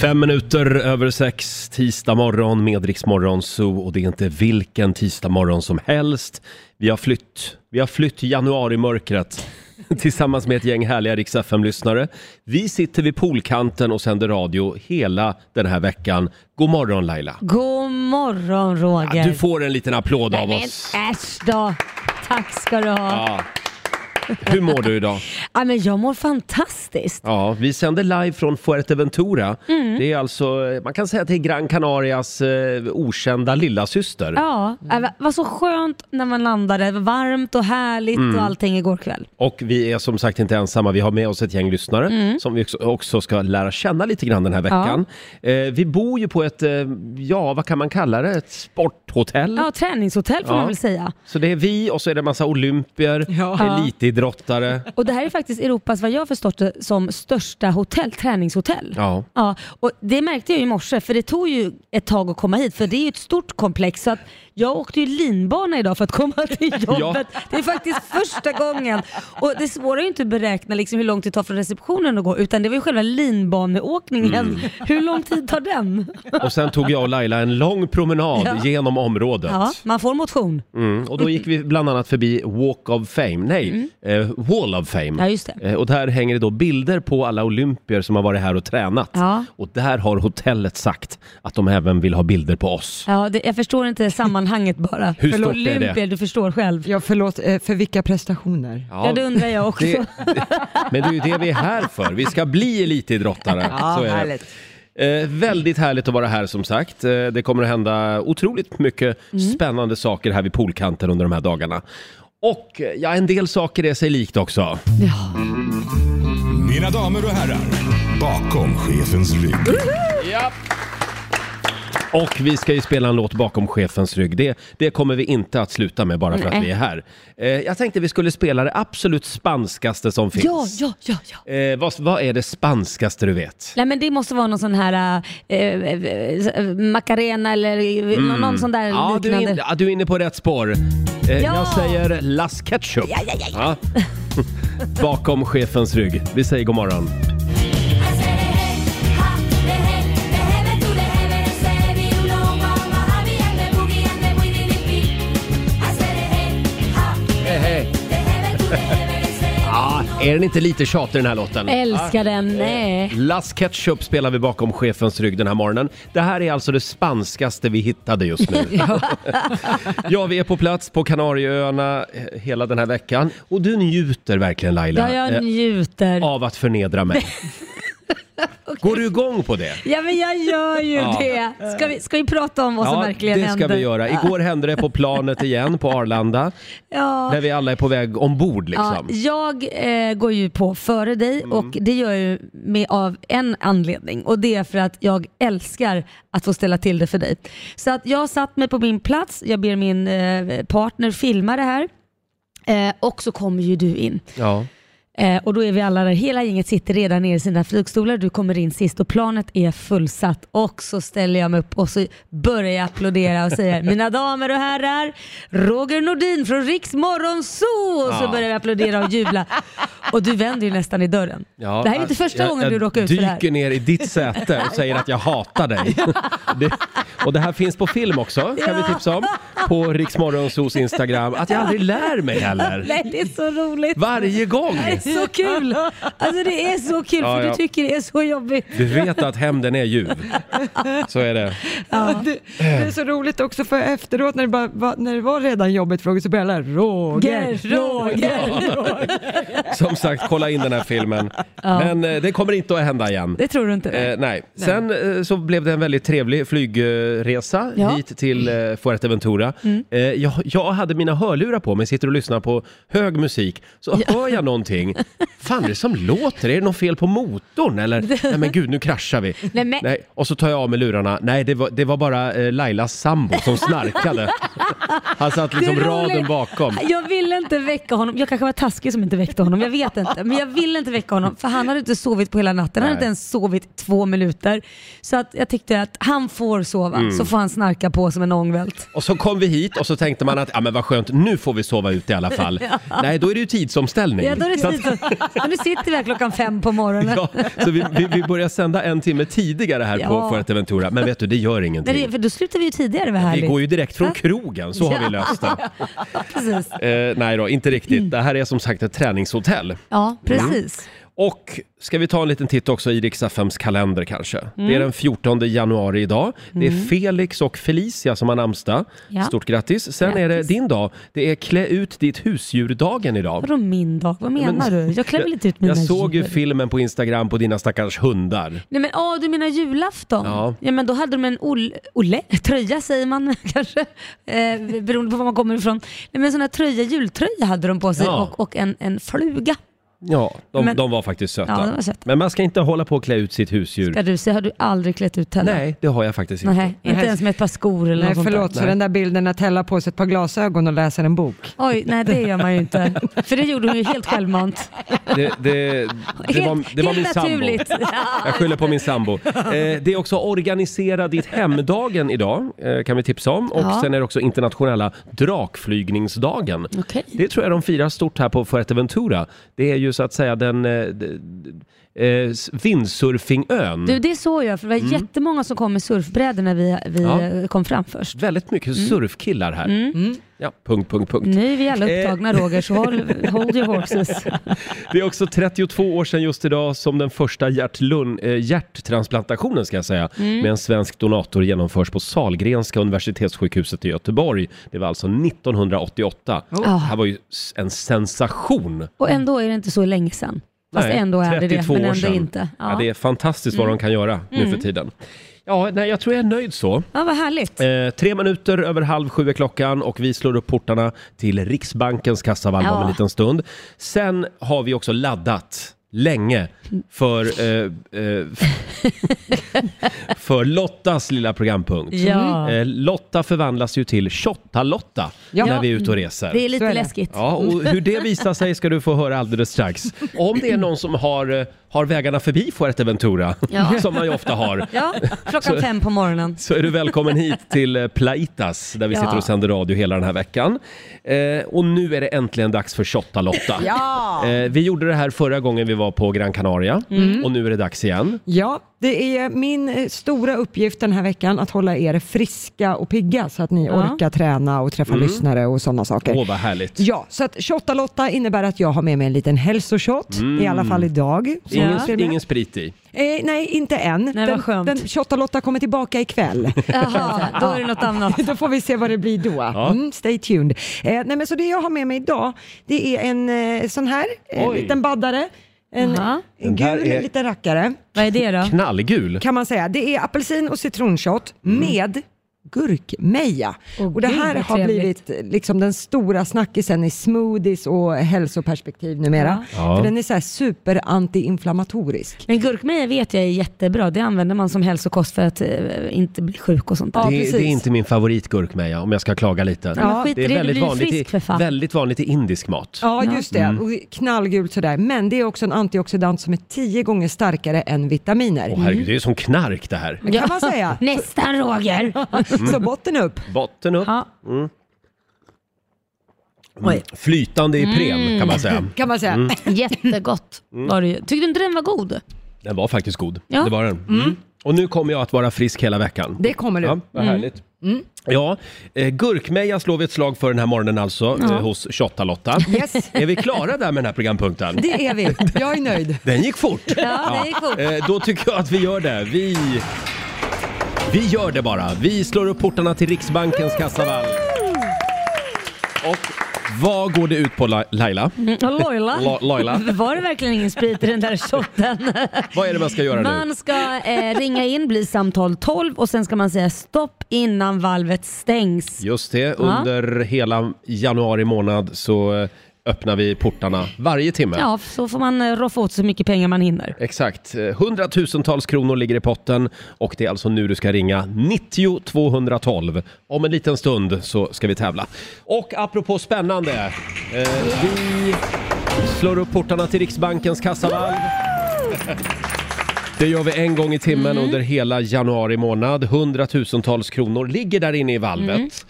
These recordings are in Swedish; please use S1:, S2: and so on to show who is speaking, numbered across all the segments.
S1: Fem minuter över sex, tisdag morgon med Rix Morgon Zoo och det är inte vilken tisdag morgon som helst. Vi har flytt, vi har flytt januarimörkret tillsammans med ett gäng härliga Rix FM-lyssnare. Vi sitter vid poolkanten och sänder radio hela den här veckan. God morgon Laila!
S2: God morgon Roger!
S1: Ja, du får en liten applåd av
S2: Men
S1: oss.
S2: äsch då! Tack ska du ha. Ja.
S1: Ja. Hur mår du idag?
S2: men jag mår fantastiskt.
S1: Ja, vi sänder live från Fuerteventura. Det är alltså, man kan säga att det är Gran Canarias eh, okända lillasyster.
S2: Ja, det var- var så skönt när man landade. Det var varmt och härligt
S1: Mm.
S2: och allting igår kväll.
S1: Och vi är som sagt inte ensamma, vi har med oss ett gäng lyssnare
S2: Mm.
S1: som vi också- också ska lära känna lite grann den här veckan. Eh, vi bor ju på ett, eh, ja vad kan man kalla det, ett sporthotell.
S2: Ja, träningshotell får
S1: Ja.
S2: man väl säga.
S1: Så det är vi och så är det en massa olympier,
S2: Ja.
S1: elitidrottare.
S2: Och det här är faktiskt Europas, vad jag har förstått det, som största hotell, träningshotell.
S1: Ja.
S2: Ja, och det märkte jag ju i morse för det tog ju ett tag att komma hit för det är ju ett stort komplex så att jag åkte ju linbana idag för att komma till jobbet. Det är faktiskt första gången. Och det svåra är ju inte att beräkna liksom hur långt det tar från receptionen att gå utan det var ju själva linbaneåkningen.
S1: Mm.
S2: Hur lång tid tar den?
S1: Och sen tog jag och Laila en lång promenad
S2: Ja.
S1: genom området.
S2: Ja, man får motion.
S1: Mm, och då gick vi bland annat förbi Walk of Fame, nej, eh, Wall of Fame.
S2: Mm. Ja, just det.
S1: Eh, och där hänger det då bilder på alla olympier som har varit här och tränat.
S2: Ja.
S1: Och där har hotellet sagt att de även vill ha bilder på oss.
S2: Ja, det, jag förstår inte sammanhanget bara.
S1: Hur
S2: För
S1: stort är det?
S2: Olympier, du förstår själv.
S3: Ja, förlåt, eh, för vilka prestationer?
S2: Ja, det undrar jag också.
S1: Det- Men det är ju det vi är här för. Vi ska bli elitidrottare. Så är det. Eh, väldigt härligt att vara här som sagt. Eh, det kommer att hända otroligt mycket
S2: Mm.
S1: spännande saker här vid poolkanten under de här dagarna. Och eh, ja, en del saker är sig likt också.
S4: Mina damer och herrar, bakom chefens rygg.
S1: Och vi ska ju spela en låt bakom chefens rygg. Det, det kommer vi inte att sluta med bara för att
S2: Nej.
S1: vi är här. Eh, jag tänkte vi skulle spela det absolut spanskaste som finns.
S2: Ja, ja, ja, ja.
S1: Eh, vad, vad är det spanskaste du vet?
S2: Nej men det måste vara någon sån här eh, eh, Macarena eller någon, någon sån där
S1: Mm. Ja du, är
S2: liknande.
S1: in, ja, du är inne på rätt spår. Eh,
S2: Ja!
S1: Jag säger Las Ketchup.
S2: Ja, ja, ja,
S1: Ja. Bakom chefens rygg. Vi säger god morgon. Ah, är den inte lite tjatig den här låten?
S2: Eh, Älskar den, nej.
S1: Las Ketchup spelar vi bakom chefens rygg den här morgonen. Det här är alltså det spanskaste vi hittade just nu. ja, vi är på plats på Kanarieöarna eh, hela den här veckan. Och du njuter verkligen Laila
S2: Ja,
S1: eh,
S2: jag njuter.
S1: av att förnedra mig. Går du igång på det?
S2: Ja men jag gör ju
S1: Ja.
S2: det. Ska vi, ska vi prata om vad som verkligen
S1: det ska
S2: händer?
S1: vi göra. Igår hände det på planet igen på Arlanda.
S2: Ja.
S1: Där vi alla är på väg ombord
S2: Ja,
S1: liksom. Mm.
S2: jag eh, går ju på före dig och det gör jag ju med av en anledning och det är för att jag älskar att få ställa till det för dig. Så att jag satt mig på min plats, jag ber min eh, partner filma det här eh, och så kommer ju du in.
S1: Ja.
S2: Eh, och då är vi alla där, hela gänget sitter redan ner i sina flygstolar, du kommer in sist och planet är fullsatt. Och så ställer jag mig upp och så börjar jag applådera och säger mina damer och herrar, Roger Nordin från Riks Morgonzoo! Och så
S1: Ja.
S2: börjar vi applådera och jubla. Och du vänder ju nästan i dörren.
S1: Ja,
S2: det här är ju inte
S1: alltså,
S2: första
S1: jag-
S2: gången du råkar ut för det
S1: Jag dyker
S2: här.
S1: ner i ditt säte och säger att jag hatar dig. Det, och det här finns på film också, kan vi tipsa om. På Riksmorgonsos Instagram. Att jag aldrig lär mig heller.
S2: Nej, det är så roligt.
S1: Varje gång!
S2: Det är så kul! Alltså det är så kul
S1: Ja,
S2: för
S1: ja.
S2: du tycker det är så jobbigt.
S1: Du vet att hämnden är ljuv. Så är det.
S3: Det, det är så roligt också för efteråt när det, bara, va, när det var redan jobbigt frågor så började alla Roger,
S2: Roger, Roger.
S1: Som sagt, kolla in den här filmen. Men eh, det kommer inte att hända igen.
S2: Det tror du inte?
S1: Eh, nej. Sen eh, så blev det en väldigt trevlig flygresa
S2: Ja. Mm.
S1: hit till eh, Fuerteventura. Eh, jag, jag hade mina hörlurar på mig, sitter och lyssnar på hög musik. Så hör jag någonting. Fan, det är som låter. Är det något fel på motorn? Eller, nej men gud, nu kraschar vi.
S2: Nej, men-
S1: Och så tar jag av mig lurarna. Nej, det var, det var bara eh, Lailas sambo som snarkade. Han satt liksom
S2: Det är
S1: raden
S2: roligt.
S1: bakom.
S2: Jag ville inte väcka honom. Jag kanske var taskig som inte väckte honom. Jag vet inte. Men jag ville inte väcka honom för han hade inte sovit på hela natten. Han hade
S1: Nej.
S2: inte ens sovit två minuter. Så att jag tyckte att han får sova.
S1: Mm.
S2: så får han snarka på som en ångvält.
S1: Och så kom vi hit och så tänkte man att ja, men vad skönt, nu får vi sova ute i alla fall. Nej, då är det ju tidsomställning.
S2: Ja, då är det
S1: så, att-
S2: tid. Men nu sitter vi här klockan fem på morgonen.
S1: ja, så vi, vi, vi börjar sända en timme tidigare här på
S2: Ja.
S1: Fuerteventura, men vet du, det gör
S2: Men
S1: ingenting.
S2: det, för då slutar vi ju tidigare, vad härligt.
S1: Vi går ju direkt från krogen, så har vi löst det.
S2: Ja, Mm. precis.
S1: Eh, nej då, inte riktigt. Det här är som sagt ett träningshotell.
S2: Ja,
S1: Mm.
S2: precis.
S1: Och ska vi ta en liten titt också i Riks-FMs kalender kanske?
S2: Mm.
S1: Det är den 14 januari idag. Det är Felix och Felicia som har namnsdag.
S2: Ja.
S1: Stort grattis! Sen är det
S2: Grattis.
S1: din dag. Det är klä ut ditt husdjur-dagen idag.
S2: Vadå min dag? Vad menar
S1: Men-
S2: du? Jag klär väl inte ut mina
S1: Jag såg ju
S2: djur?
S1: filmen på Instagram på dina stackars hundar.
S2: Nej men åh, du menar julafton?
S1: Ja.
S2: Ja. men då hade de en ol- olle, tröja säger man kanske, eh, beroende på var man kommer ifrån. Nej men sån här tröja, jultröja hade de på sig
S1: Ja.
S2: och, och en, en fluga.
S1: Ja, de,
S2: Men-
S1: de var faktiskt söta.
S2: Ja, de var söta.
S1: Men man ska inte hålla på och klä ut sitt husdjur.
S2: Där du ser, har du aldrig klätt ut heller?
S1: Nej, det har jag faktiskt inte.
S2: Nej, inte
S3: Nej.
S2: ens med ett par skor eller
S3: Nej
S2: något sånt där.
S3: förlåt, så den där bilden att hälla på sig ett par glasögon och läsa en bok.
S2: Oj, nej det gör man ju inte. För det gjorde hon ju helt självmant.
S1: Det, det, det, var, det var min
S2: helt
S1: sambo.
S2: naturligt. Ja.
S1: Jag skyller på min sambo. Eh, det är också organisera ditt hemdagen idag, eh, kan vi tipsa om. Och
S2: Ja.
S1: sen är det också internationella drakflygningsdagen.
S2: Okej.
S1: Det tror jag de firar stort här på Fuerteventura. Det är ju så att säga den eh, d- d- eh, s- windsurfingön.
S2: Du, det såg jag, för det var jättemånga som kom med surfbrädor när vi, vi
S1: Mm. Ja.
S2: eh, kom fram först.
S1: Väldigt mycket
S2: Mm.
S1: surfkillar här. Ja, punkt, punkt, punkt.
S2: Nu är vi alla
S1: Eh.
S2: upptagna Roger, så håll, hold your horses.
S1: Det är också 32 år sedan just idag som den första hjärt-lung, eh, hjärttransplantationen ska jag säga,
S2: Mm.
S1: med en svensk donator genomförs på Sahlgrenska universitetssjukhuset i Göteborg. Det var alltså 1988.
S2: Oh.
S1: Det här var ju s- en sensation.
S2: Och ändå är det inte så länge sedan. Fast ändå är det det,
S1: Mm. 32
S2: men
S1: år
S2: ändå
S1: sedan.
S2: inte.
S1: Ja.
S2: Ja. Mm.
S1: det är fantastiskt vad de kan göra nu för tiden. Ja, nej, jag tror jag är nöjd så.
S2: ja, vad härligt.
S1: Eh, tre minuter över halv sju är klockan och vi slår upp portarna till Riksbankens kassavalv om en
S2: Ja.
S1: liten stund. Sen har vi också laddat länge för, eh, eh, för Lottas lilla programpunkt.
S2: Ja.
S3: Mm.
S1: Eh, Lotta förvandlas ju till Tjotta-Lotta
S3: Ja.
S1: när vi är ute och reser.
S2: Det är lite
S3: Så är det.
S2: läskigt.
S1: Ja, och hur det visar sig ska du få höra alldeles strax. Om det är någon som har, eh, har vägarna förbi Fuerteventura,
S2: Ja.
S1: som man ju ofta har,
S2: Ja, klockan fem på morgonen.
S1: så är du välkommen hit till eh, Plaitas där vi
S2: Ja.
S1: sitter och sänder radio hela den här veckan. Eh, och nu är det äntligen dags för Shotta-Lotta. Eh, vi gjorde det här förra gången vi var på Gran Canaria
S2: Mm.
S1: och nu är det dags igen.
S3: Ja, det är min eh, stora uppgift den här veckan att hålla er friska och pigga så att ni orkar träna och träffa lyssnare och sådana
S2: Eh.
S3: saker.
S1: Mm. Åh, vad härligt.
S3: Ja, så att 28 Lotta innebär att jag har med mig en liten hälsoshot, i alla fall idag.
S1: Mm.
S3: som
S1: Ingen,
S3: jag ser med.
S1: ingen sprit i.
S3: Eh, nej, inte än.
S2: vad
S3: den,
S2: skönt.
S3: den 28 Lotta kommer tillbaka ikväll.
S2: Jaha, då är det något annat.
S3: Då får vi se vad det blir då. Mm, stay tuned. Eh, nej, men så det jag har med mig idag, det är en eh, sån här eh,
S1: Oj.
S3: liten baddare. En
S2: Jaha.
S1: Den där
S3: gul
S1: är-
S3: liten rackare
S2: Vad är det då?
S1: Knallgul.
S3: kan man säga. Det är apelsin och citronshot
S1: Mm.
S3: med gurkmeja.
S2: Åh,
S3: och det
S2: gud,
S3: här
S2: vad
S3: har
S2: trevligt.
S3: blivit eh, liksom den stora snackisen i smoothies och hälsoperspektiv numera.
S1: Ja.
S3: För den är så här superantiinflammatorisk.
S2: Men gurkmeja vet jag är jättebra. Det använder man som hälsokost för att eh, inte bli sjuk och sånt där.
S1: det, det är inte min favoritgurkmeja om jag ska klaga lite.
S2: Ja, men skit i
S1: det är
S2: det, du
S1: väldigt
S2: blir ju
S1: vanligt,
S2: frisk för
S1: i,
S2: fan.
S1: väldigt vanligt i indisk mat.
S3: Ja, just det.
S1: Mm.
S3: Och knallgult sådär. Men det är också en antioxidant som är tio gånger starkare än vitaminer.
S1: Åh
S2: Mm.
S1: herregud, det är som knark det här.
S3: Kan man säga.
S2: Nästan Roger.
S1: Mm.
S3: Så botten upp.
S1: Botten upp,
S2: Ja. Mm. Oj,
S1: flytande
S2: Mm.
S1: i prem kan man säga.
S3: Kan man säga.
S1: Mm.
S2: jättegott var det ju. Tyckte du inte den var god?
S1: Den var faktiskt god.
S2: Ja.
S1: Det var den. Mm. Och nu kommer jag att vara frisk hela veckan.
S3: Det kommer du.
S1: Ja, vad
S2: Mm.
S1: härligt. Ja, eh, gurkmeja slår vi ett slag för den här morgonen alltså, eh, hos 28-Lotta.
S3: Yes.
S1: Är vi klara där med den här programpunkten?
S3: Det är vi. Jag är nöjd.
S1: Den gick fort!
S2: Ja, det gick fort.
S1: Eh, då tycker jag att vi gör det. Vi... Vi gör det bara. Vi slår upp portarna till Riksbankens kassavalv. Och vad går det ut på La- Laila?
S2: Mm, Loila.
S1: Lo- Loila.
S2: Var det verkligen ingen sprit i den där shotten?
S1: Vad är det man ska göra nu?
S2: Man ska eh, ringa in, bli samtal 12 och sen ska man säga stopp innan valvet stängs.
S1: Just det, under hela januari månad så eh, öppnar vi portarna varje timme.
S2: Ja, så får man eh, roffa åt så mycket pengar man hinner.
S1: Exakt. Eh, Hundratusentals kronor ligger i potten och det är alltså nu du ska ringa 90 212. Om en liten stund så ska vi tävla. Och apropå spännande, eh, vi slår upp portarna till Riksbankens kassavalv. Det gör vi en gång i timmen under hela januari månad. Hundratusentals kronor ligger där inne i valvet.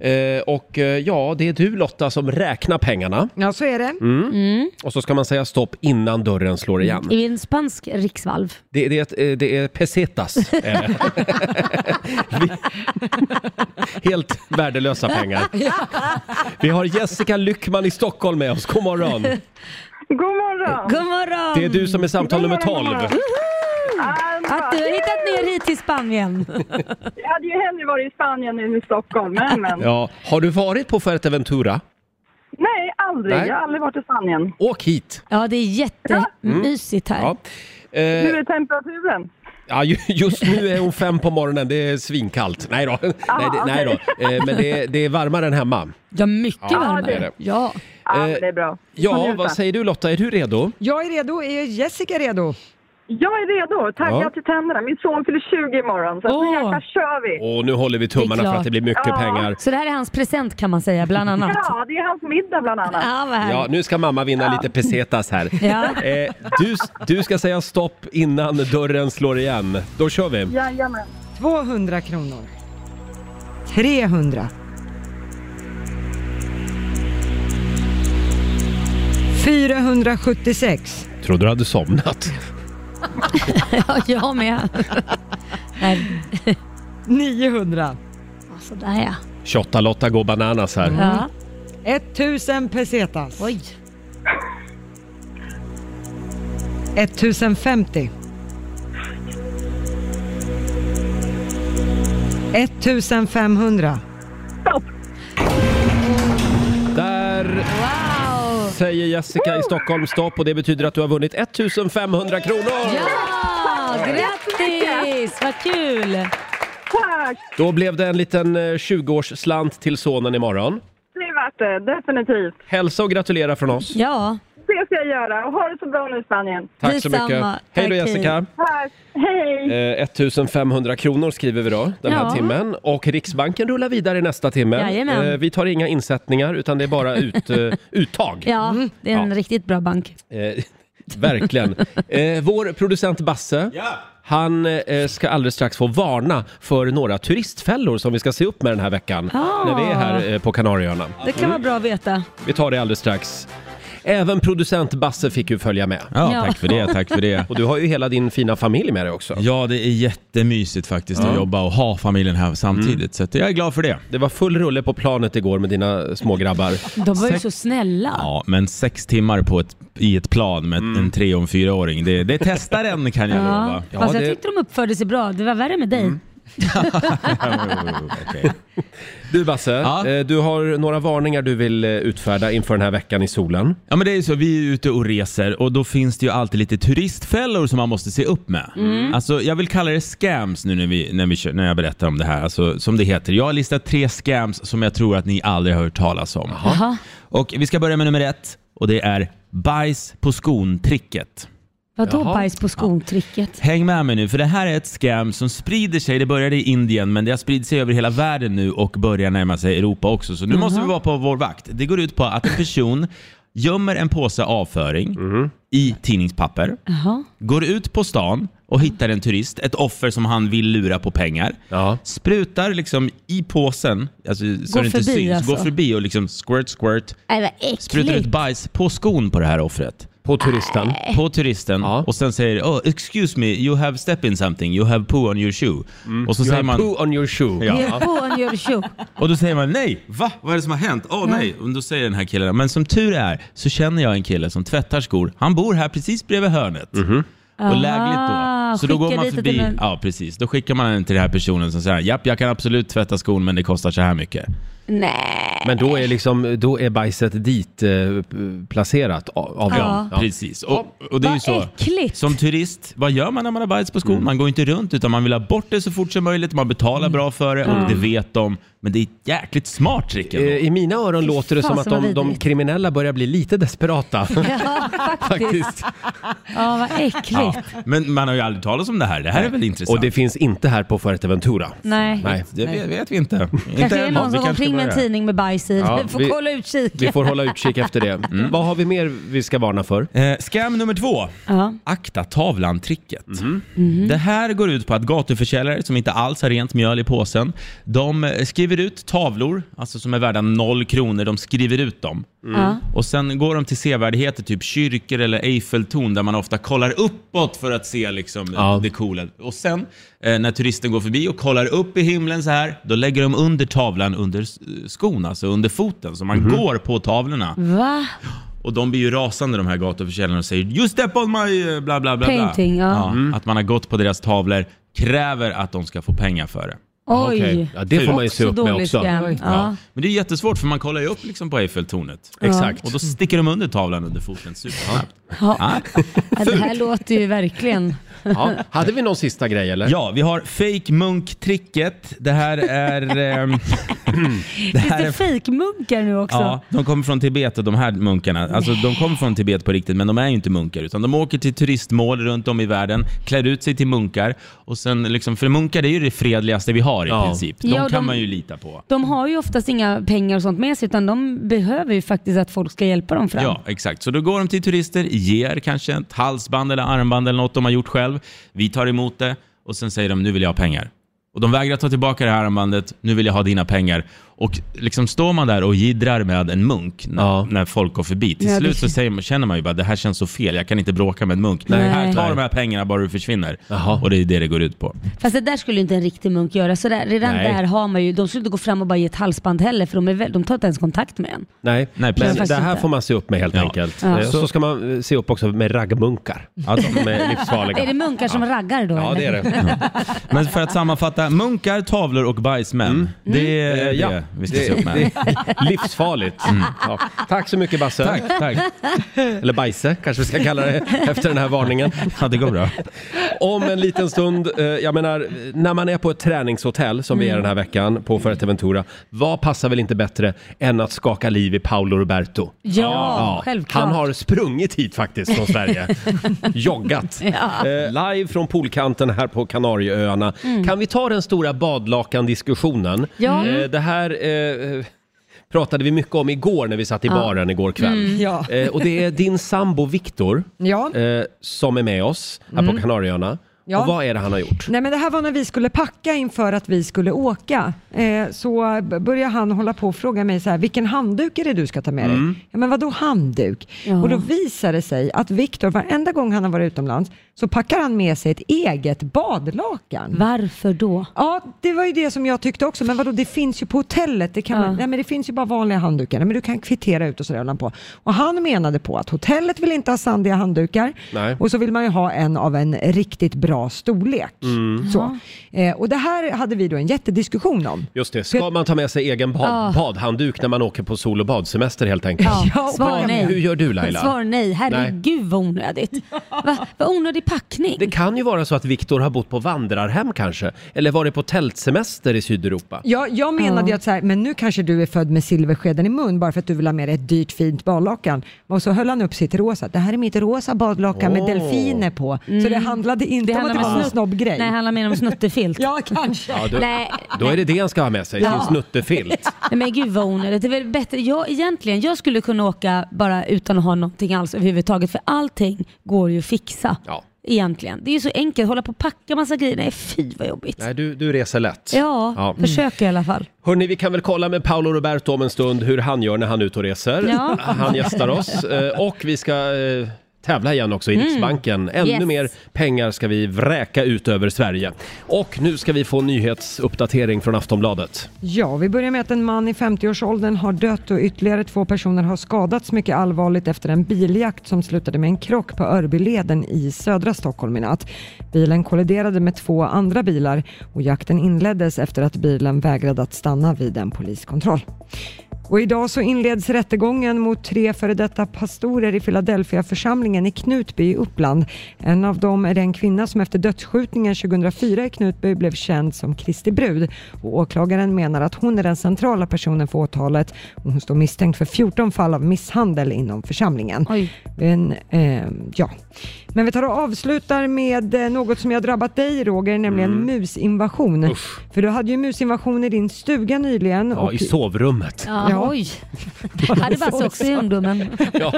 S1: Eh, och eh, ja, det är du Lotta som räknar pengarna.
S3: Ja, så är det.
S1: Mm. Och så ska man säga stopp innan dörren slår igen.
S2: I en spansk riksvalv.
S1: Det, det, är ett, eh, det är pesetas. Eh, Vi- Helt värdelösa pengar. Vi har Jessica Lyckman i Stockholm med oss. God morgon.
S5: God morgon!
S2: God morgon!
S1: Det är du som är samtal nummer 12.
S2: Att du har hittat ner hit till Spanien.
S5: Jag hade ju hellre varit i Spanien än i Stockholm, men, men.
S1: Ja. Har du varit på Fuerteventura?
S5: Nej, aldrig.
S1: Nej.
S5: Jag har aldrig varit i Spanien.
S1: Åk hit!
S2: Ja, det är jättemysigt här.
S1: Ja. Eh,
S5: Hur är temperaturen?
S1: Ja, ju- just nu är hon fem på morgonen, det är svinkallt. Nej då, nej, det, nej då. Eh, men det är, det är varmare än hemma.
S2: Ja, mycket varmare.
S1: det är det.
S2: Ja.
S5: Ja,
S1: Eh,
S5: men det är bra. Kom
S1: Ja,
S5: ut
S1: vad
S5: då.
S1: säger du Lotta, är du redo?
S3: Jag är redo. Är Jessica redo?
S5: Jag är redo. Taggad
S1: Ja.
S5: till tänderna. Min son fyller 20 imorgon, så att nu
S2: Åh.
S5: jäklar kör vi!
S1: Och nu håller vi tummarna
S2: Det är
S1: för att det blir mycket
S5: klart. Ja.
S1: pengar.
S2: Så det här är hans present kan man säga, bland annat.
S5: Ja, det är hans middag bland annat.
S2: Ja, vad
S1: Ja,
S2: härligt.
S1: nu ska mamma vinna lite pesetas här.
S2: Ja.
S1: Eh, du, du ska säga stopp innan dörren slår igen. Då kör vi.
S5: Jajamän.
S3: 200 kronor. 300. 476.
S1: Trodde du hade somnat.
S2: Ja, jag med. Nej,
S3: 900.
S2: alltså, där ja.
S1: 28 Lotta går bananas här.
S2: ja.
S3: 1000 pesetas.
S2: Oj.
S3: 1050. 1500.
S5: Stopp!
S1: Där
S2: Wow!
S1: säger Jessica i Stockholm stopp och det betyder att du har vunnit 1500 kronor!
S2: Ja, grattis! Vad kul!
S5: Tack!
S1: Då blev det en liten eh, 20-årsslant till sonen imorgon.
S5: Det är värt det, definitivt.
S1: Hälsa och gratulera från oss.
S2: Ja,
S5: Det ska jag göra. Och ha det så bra nu i Spanien.
S1: Tack så
S2: Detsamma.
S1: mycket. Hej då
S2: Tack,
S1: Jessica.
S5: Tack! Hej!
S1: Eh, 1500 kronor skriver vi då den här
S2: Ja.
S1: timmen. Och Riksbanken rullar vidare i nästa timme. Eh,
S2: Jajamän.
S1: vi tar inga insättningar utan det är bara ut, eh, uttag.
S2: ja det är en
S1: Ja.
S2: riktigt bra bank.
S1: Eh, verkligen. Eh, vår producent Basse, han eh, ska alldeles strax få varna för några turistfällor som vi ska se upp med den här veckan
S2: Ah.
S1: när vi är här eh, på Kanarieöarna.
S2: Det kan vara bra att veta.
S1: Vi tar det alldeles strax. Även producent Basse fick ju följa med.
S6: Ja,
S2: Ja.
S6: tack för det, tack för det.
S1: Och du har ju hela din fina familj med dig också.
S6: Ja, det är jättemysigt faktiskt att jobba och ha familjen här samtidigt, så att jag är glad för det.
S1: Det var full rulle på planet igår med dina smågrabbar.
S2: De var ju så snälla.
S6: Ja, men sex timmar på ett, i ett plan med en tre och en fyraåring, det, det testar en kan jag lova.
S1: Ja,
S2: Fast jag
S1: det-
S2: tyckte de uppförde sig bra. Det var värre med dig.
S6: Okej.
S1: Du Basse,
S6: Ja.
S1: eh, du har några varningar du vill eh, utfärda inför den här veckan i solen.
S6: Ja men det är ju så, vi är ju ute och reser och då finns det ju alltid lite turistfällor som man måste se upp med. Alltså jag vill kalla det scams nu när, vi, när, vi, kör- när jag berättar om det här, alltså, som det heter. Jag har listat tre scams som jag tror att ni aldrig har hört talas om.
S2: Jaha.
S6: Och vi ska börja med nummer ett och det är bajs på skon-tricket.
S2: Vadå
S1: Jaha.
S2: bajs på skon-tricket?
S6: Häng med mig nu, för det här är ett scam som sprider sig. Det började i Indien, men det har spridit sig över hela världen nu och börjar närma sig Europa också. Så nu
S2: Mhm.
S6: måste vi vara på vår vakt. Det går ut på att en person gömmer en påse avföring
S2: Mhm.
S6: i tidningspapper,
S2: Jaha.
S6: går ut på stan och hittar en turist, ett offer som han vill lura på pengar.
S1: Ja.
S6: Sprutar liksom i påsen, alltså, så
S2: Går
S6: det inte
S2: förbi
S6: syns,
S2: alltså.
S6: går förbi och liksom squirt squirt,
S2: Nej, vad
S6: sprutar ut
S2: äckligt.
S6: bajs på skon på det här offret
S1: På turisten.
S6: på
S2: Eh.
S6: turisten
S1: Ja.
S6: och sen säger oh, “excuse me, you have step in something, you have poo on your shoe”. Och så
S1: Mm. You
S6: säger
S1: have
S6: man,
S1: poo on your shoe.
S6: Ja.
S2: Ger på en gör tjo.
S6: och då säger man “nej, va? Vad är det som har hänt? Åh nej!” Och då säger den här killen, men som tur är så känner jag en kille som tvättar skor, han bor här precis bredvid hörnet.
S1: Mhm.
S6: Och lägligt då. Så då
S2: skicka
S6: går man
S2: Ah, dit
S6: förbi,
S2: till en-
S6: ja precis, då skickar man den till den här personen som säger “japp, jag kan absolut tvätta skon men det kostar så här mycket”.
S2: Nej.
S1: Men då är, liksom, då är bajset dit eh, placerat av av
S2: Ja.
S1: dem. Ja.
S6: Precis, och, och det är ju
S2: Vad
S6: så.
S2: äckligt.
S6: Som turist, vad gör man när man har bajs på skon? Man går inte runt utan man vill ha bort det så fort som möjligt, man betalar bra för det och det vet de. Men det är ett jäkligt smart trick
S1: Eh,
S6: ändå.
S1: I mina öron
S2: Fy
S1: låter det som
S2: fasen,
S1: att
S2: vad
S1: de, de
S2: vidrigt.
S1: kriminella börjar bli lite desperata.
S2: Ja, faktiskt.
S1: Faktiskt.
S2: Ja, vad äckligt.
S6: Ja. Men man har ju aldrig talat om det här, det här är väl intressant?
S1: Och det finns inte här på Fuerteventura.
S2: Nej.
S1: Nej.
S6: det vet, vet vi inte. inte
S2: Kanske är det
S6: än.
S2: någon
S6: Vi
S2: som går
S6: kanske
S2: omkring med en
S6: det.
S2: tidning med bajs i.
S1: Ja,
S2: vi får
S1: vi-
S2: kolla utkik.
S1: Vi får hålla utkik efter det.
S6: Mm.
S1: Vad har vi mer vi ska varna för?
S6: Eh, scam nummer två.
S2: Ja. Mhm.
S6: Akta tavlan-tricket. Det här går ut på att gatuförsäljare som inte alls har rent mjöl i påsen, de eh, skriver ut tavlor, alltså som är värda noll kronor, de skriver ut dem.
S2: Mm. Ja.
S6: Och sen går de till sevärdheter, typ kyrkor eller Eiffeltorn, där man ofta kollar uppåt för att se liksom
S1: Ja.
S6: det coola. Och sen eh, när turisten går förbi och kollar upp i himlen så här, då lägger de under tavlan under s- skon, alltså under foten. Så man går på tavlorna.
S2: Va?
S6: Och de blir ju rasande de här gatuförsäljarna och säger “You step on my...” eh, bla bla bla. bla."
S2: Painting, ja.
S6: Att man har gått på deras tavlor, kräver att de ska få pengar för det.
S2: Oj.
S1: Okej. Ja, det får man ju se
S2: Också
S1: upp med
S2: dålig
S1: också.
S2: scam. Ja.
S6: Men det är jättesvårt för man kollar ju upp liksom på Eiffeltornet.
S1: Exakt.
S6: Och då sticker de under tavlan under foten supersnabbt.
S2: Ja. Ja, Det här låter ju verkligen...
S1: Ja. Hade vi någon sista grej eller?
S6: Ja, vi har fake munk-tricket. Det här är... ehm, det
S2: Finns
S6: här
S2: det
S6: är
S2: fejkmunkar nu också?
S6: Ja, de kommer från Tibet och de här munkarna. Alltså de kommer från Tibet på riktigt men de är ju inte munkar utan de åker till turistmål runt om i världen, klär ut sig till munkar och sen liksom, för munkar det är ju det fredligaste vi har i
S1: Ja.
S6: princip. De
S2: Ja,
S6: kan
S2: de-
S6: man ju lita på.
S2: De har ju oftast inga pengar och sånt med sig utan de behöver ju faktiskt att folk ska hjälpa dem fram.
S6: Ja, exakt. Så då går de till turister, ger kanske ett halsband eller armband eller något de har gjort själv. Vi tar emot det och sen säger de nu vill jag ha pengar. Och de vägrar ta tillbaka det här armbandet, nu vill jag ha dina pengar. Och liksom står man där och jiddrar med en munk när,
S1: Ja.
S6: när folk går förbi. Till
S2: Ja, det-
S6: slut så säger, man- känner man ju bara det här känns så fel, jag kan inte bråka med en munk.
S2: Nej.
S6: Här, ta de här pengarna bara du försvinner.
S1: Jaha.
S6: Och det är det det går ut på.
S2: Fast det där skulle ju inte en riktig munk göra. Så där, redan
S1: Nej.
S2: där har man ju, de skulle inte gå fram och bara ge ett halsband heller för de, är väl, de tar inte ens kontakt med en.
S1: Nej,
S6: Nej, precis.
S1: men det här
S2: Faktiskt
S1: får man se upp med helt
S6: Ja.
S1: enkelt.
S2: Ja.
S1: Eh, Så ska man eh, se upp också med raggmunkar. Att de är livsfarliga.
S2: Är det munkar som raggar då
S1: Ja,
S2: eller?
S1: det är det.
S6: Men för att sammanfatta, munkar, tavlor och bajsmän. Det är det
S1: Eh, ja.
S6: vi ska se upp med. Mm.
S1: Livsfarligt. Ja. Tack så mycket Basse.
S6: Tack, tack.
S1: Eller Bajse kanske vi ska kalla det efter den här varningen.
S6: Ja, det går bra.
S1: Om en liten stund, eh, jag menar, när man är på ett träningshotell som vi är den
S6: Mm.
S1: här veckan på Fuerteventura, vad passar väl inte bättre än att skaka liv i Paolo Roberto?
S2: Ja, självklart.
S1: Han har sprungit hit faktiskt från Sverige. Joggat. Eh, live från poolkanten här på Kanarieöarna.
S3: Mm.
S1: Kan vi ta den stora badlakan-diskussionen?
S2: Ja.
S1: Eh, det här eh, pratade vi mycket om igår när vi satt i baren igår kväll.
S3: Mm. Ja.
S1: Eh, och det är din sambo Viktor
S3: Ja. Mm.
S1: eh, som är med oss här på Kanarieöarna.
S3: Ja.
S1: Och vad är det han har gjort?
S3: Nej, men det här var när vi skulle packa inför att vi skulle åka. Eh, så b- började han hålla på och fråga mig så här, vilken handduk är det du ska ta med dig? Ja, men vadå handduk?
S2: Ja.
S3: Och då visade det sig att Viktor, varenda gång han har varit utomlands, så packar han med sig ett eget badlakan.
S2: Varför då?
S3: Ja, det var ju det som jag tyckte också. Men vadå, det finns ju på hotellet. Det, kan man, nej, men det finns ju bara vanliga handdukar. Nej, men du kan kvittera ut och sådär höll han på. Och han menade på att hotellet vill inte ha sandiga handdukar.
S1: Nej.
S3: Och så vill man ju ha en av en riktigt bra storlek.
S1: Mm.
S3: Så. Eh, och det här hade vi då en jättediskussion om.
S1: Just det, ska man ta med sig egen bad,
S2: Ja.
S1: badhandduk när man åker på sol och badsemester helt enkelt?
S3: Ah. Ja, och
S2: svar
S3: vad-
S2: nej.
S1: Hur gör du, Laila?
S2: Svar nej, herregud vad onödigt. Va, vad onödig packning.
S1: Det kan ju vara så att Viktor har bott på vandrarhem kanske, eller varit på tältsemester i Sydeuropa.
S3: Ja, jag menade ju att så här, men nu kanske du är född med silverskeden i mun bara för att du vill ha med dig ett dyrt fint badlakan. Och så höll han upp sitt rosa. Det här är mitt rosa badlakan
S1: Åh.
S3: med delfiner på. Så det handlade inte om att Mm. det var en
S2: snutt-
S3: snobbgrej.
S2: Nej, det handlar mer om snuttefilt.
S3: Ja, kanske.
S1: Ja, då,
S2: Nej.
S1: då är det det han ska ha med sig, sin
S2: Ja.
S1: snuttefilt.
S2: Nej, men gud vad onödigt. Det är väl bättre. Jag, egentligen, jag skulle kunna åka bara utan att ha någonting alls överhuvudtaget för allting går ju att fixa.
S1: Ja.
S2: Egentligen. Det är ju så enkelt. Hålla på och packa massa grejer. Nej fy vad jobbigt.
S1: Nej, du, du reser lätt. Mm.
S2: Ja, Mm.
S1: Ja.
S2: försök i alla fall.
S1: Hörni, vi kan väl kolla med Paolo Roberto om en stund hur han gör när han är ute och reser.
S2: Ja.
S1: Han gästar oss Eh, och vi ska eh, tävla igen också i Riksbanken. Ännu
S2: Mm. Yes.
S1: mer pengar ska vi vräka ut över Sverige. Och nu ska vi få nyhetsuppdatering från Aftonbladet.
S3: Ja, vi börjar med att en man i 50-årsåldern har dött och ytterligare två personer har skadats mycket allvarligt efter en biljakt som slutade med en krock på Örbyleden i södra Stockholm i natt. Bilen kolliderade med två andra bilar och jakten inleddes efter att bilen vägrade att stanna vid en poliskontroll. Och idag så inleds rättegången mot tre före detta pastorer i Philadelphia-församlingen i Knutby i Uppland. En av dem är den kvinna som efter dödsskjutningen 2004 i Knutby blev känd som Kristi brud. Och åklagaren menar att hon är den centrala personen för åtalet och hon står misstänkt för 14 fall av misshandel inom församlingen.
S2: Oj.
S3: Men, eh, ja. Men vi tar och avslutar med eh, något som jag drabbat dig Roger, nämligen
S1: Mm.
S3: musinvasion. För du hade ju musinvasion i din stuga nyligen.
S1: Ja, i sovrummet.
S2: Ja,
S3: Ja.
S2: oj. Hade varit också i ungdomen.
S1: Ja,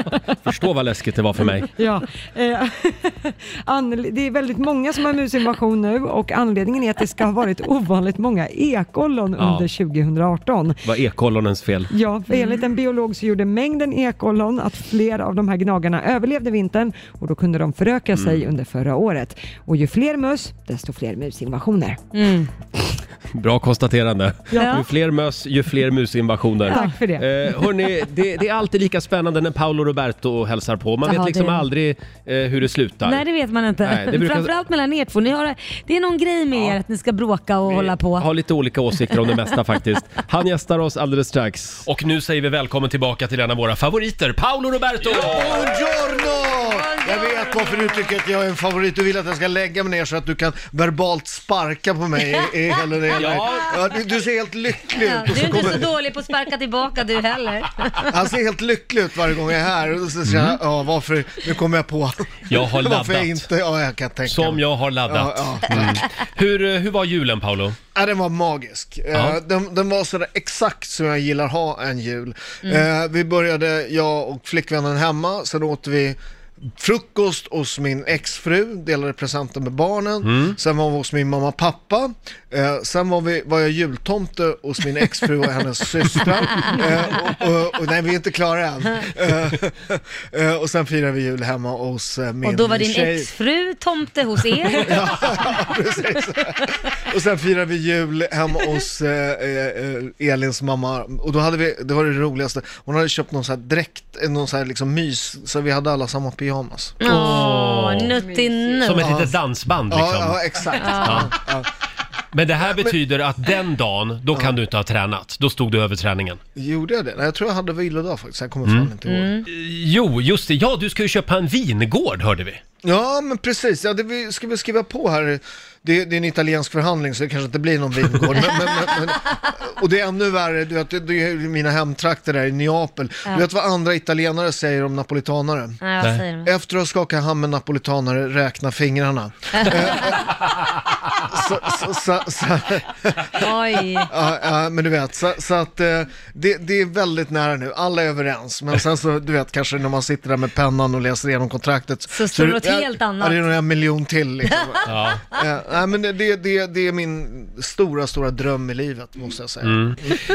S1: förstå vad läskigt det var för mig.
S3: Ja, eh, anle- det är väldigt många som har musinvasion nu och anledningen är att det ska ha varit ovanligt många ekollon
S1: Ja.
S3: under 2018.
S1: Det var ekollonens fel.
S3: Ja, för enligt en biolog så gjorde mängden ekollon att fler av de här gnagarna överlevde vintern och då kunde de föröka sig under förra året. Och ju fler möss, desto fler musinvasioner.
S1: Bra konstaterande.
S2: Ja.
S1: Ju fler möss, ju fler musinvasioner.
S3: Tack för det.
S1: Eh, hörni, det, det är alltid lika spännande när Paolo Roberto hälsar på. Man
S2: Ja,
S1: vet liksom
S2: det är-
S1: aldrig eh, hur det slutar.
S2: Nej det vet man inte.
S1: Nej, det brukar-
S2: Framförallt mellan er två. Ni har, det är någon grej med er att ni ska bråka och hålla på.
S1: Har lite olika åsikter om det mesta faktiskt. Han gästar oss alldeles strax. Och nu säger vi välkommen tillbaka till en av våra favoriter, Paolo Roberto!
S7: Buongiorno! Jag vet varför du tycker att jag är en favorit. Du vill att jag ska lägga mig ner så att du kan verbalt sparka på mig i, i hela det hela.
S1: Ja.
S7: Ja, du, du ser helt lycklig ut.
S2: Du
S7: Och
S2: är
S7: så
S2: inte så
S7: kommer,
S2: dålig på att sparka tillbaka du heller.
S7: han ser helt lycklig ut varje gång jag är här. Och så säger jag, ja varför, nu kommer jag på.
S1: Mm. Jag har
S7: Varför jag
S1: laddat.
S7: inte, ja jag kan tänka
S1: Som
S7: mig.
S1: jag har laddat.
S7: Ja, ja.
S1: Hur, eh, hur var julen Paolo?
S7: Ja, den var magisk. Eh,
S1: Ja.
S7: Den, den var sådär exakt som jag gillar ha en jul.
S2: Mm.
S7: Eh, Vi började, jag och flickvännen hemma, sen åt vi frukost hos min exfru, delade presenter med barnen. Sen var vi hos min mamma och pappa. Eh, sen var, vi, var jag jultomte hos min exfru och hennes systrar. Eh, och, och, och, nej, vi är inte klara än. Eh, eh, och sen firade vi jul hemma hos eh, min
S2: Och då var din
S7: tjej.
S2: exfru tomte hos er.
S7: Precis. Och sen firade vi jul hemma hos eh, eh, eh, Elins mamma och då hade vi, det var det roligaste, hon hade köpt någon sån här dräkt, eh, någon sån här liksom mys, så vi hade alla samma pyjamas.
S2: Åh, nutti
S1: Som
S2: nutt.
S1: ett litet dansband
S7: Ja,
S1: liksom.
S7: ja exakt. Ja. Ja.
S1: Men det här betyder att den dagen, då kan du inte ha tränat. Då stod du över träningen.
S7: Gjorde jag det? Nej, jag tror jag hade vilodag faktiskt, jag kommer fan inte ihåg.
S1: Jo, just det. Ja, du ska ju köpa en vingård hörde vi.
S7: Ja, men precis. Ja, det vi ska vi skriva på här. Det, det är en italiensk förhandling så det kanske inte blir någon vingård. Men, men, men, men, och det är ännu värre, du vet, det det är ju mina hemtrakter där i Neapel. Du vet vad andra italienare säger om napolitanare?
S2: Nej, vad säger de?
S7: Efter att ha skakat hand med napolitanare, räkna fingrarna. Eh, så, så, så, så,
S2: Oj.
S7: ja, ja, men du vet, så, så att eh, det, det är väldigt nära nu, alla är överens, men sen så, du vet, kanske när man sitter där med pennan och läser igenom kontraktet.
S2: Så står det något
S7: ja,
S2: helt
S7: Ja,
S2: annat.
S7: det är nog en miljon till liksom. Eh, nej, men det, det, det, det är min stora, stora dröm i livet, måste jag säga.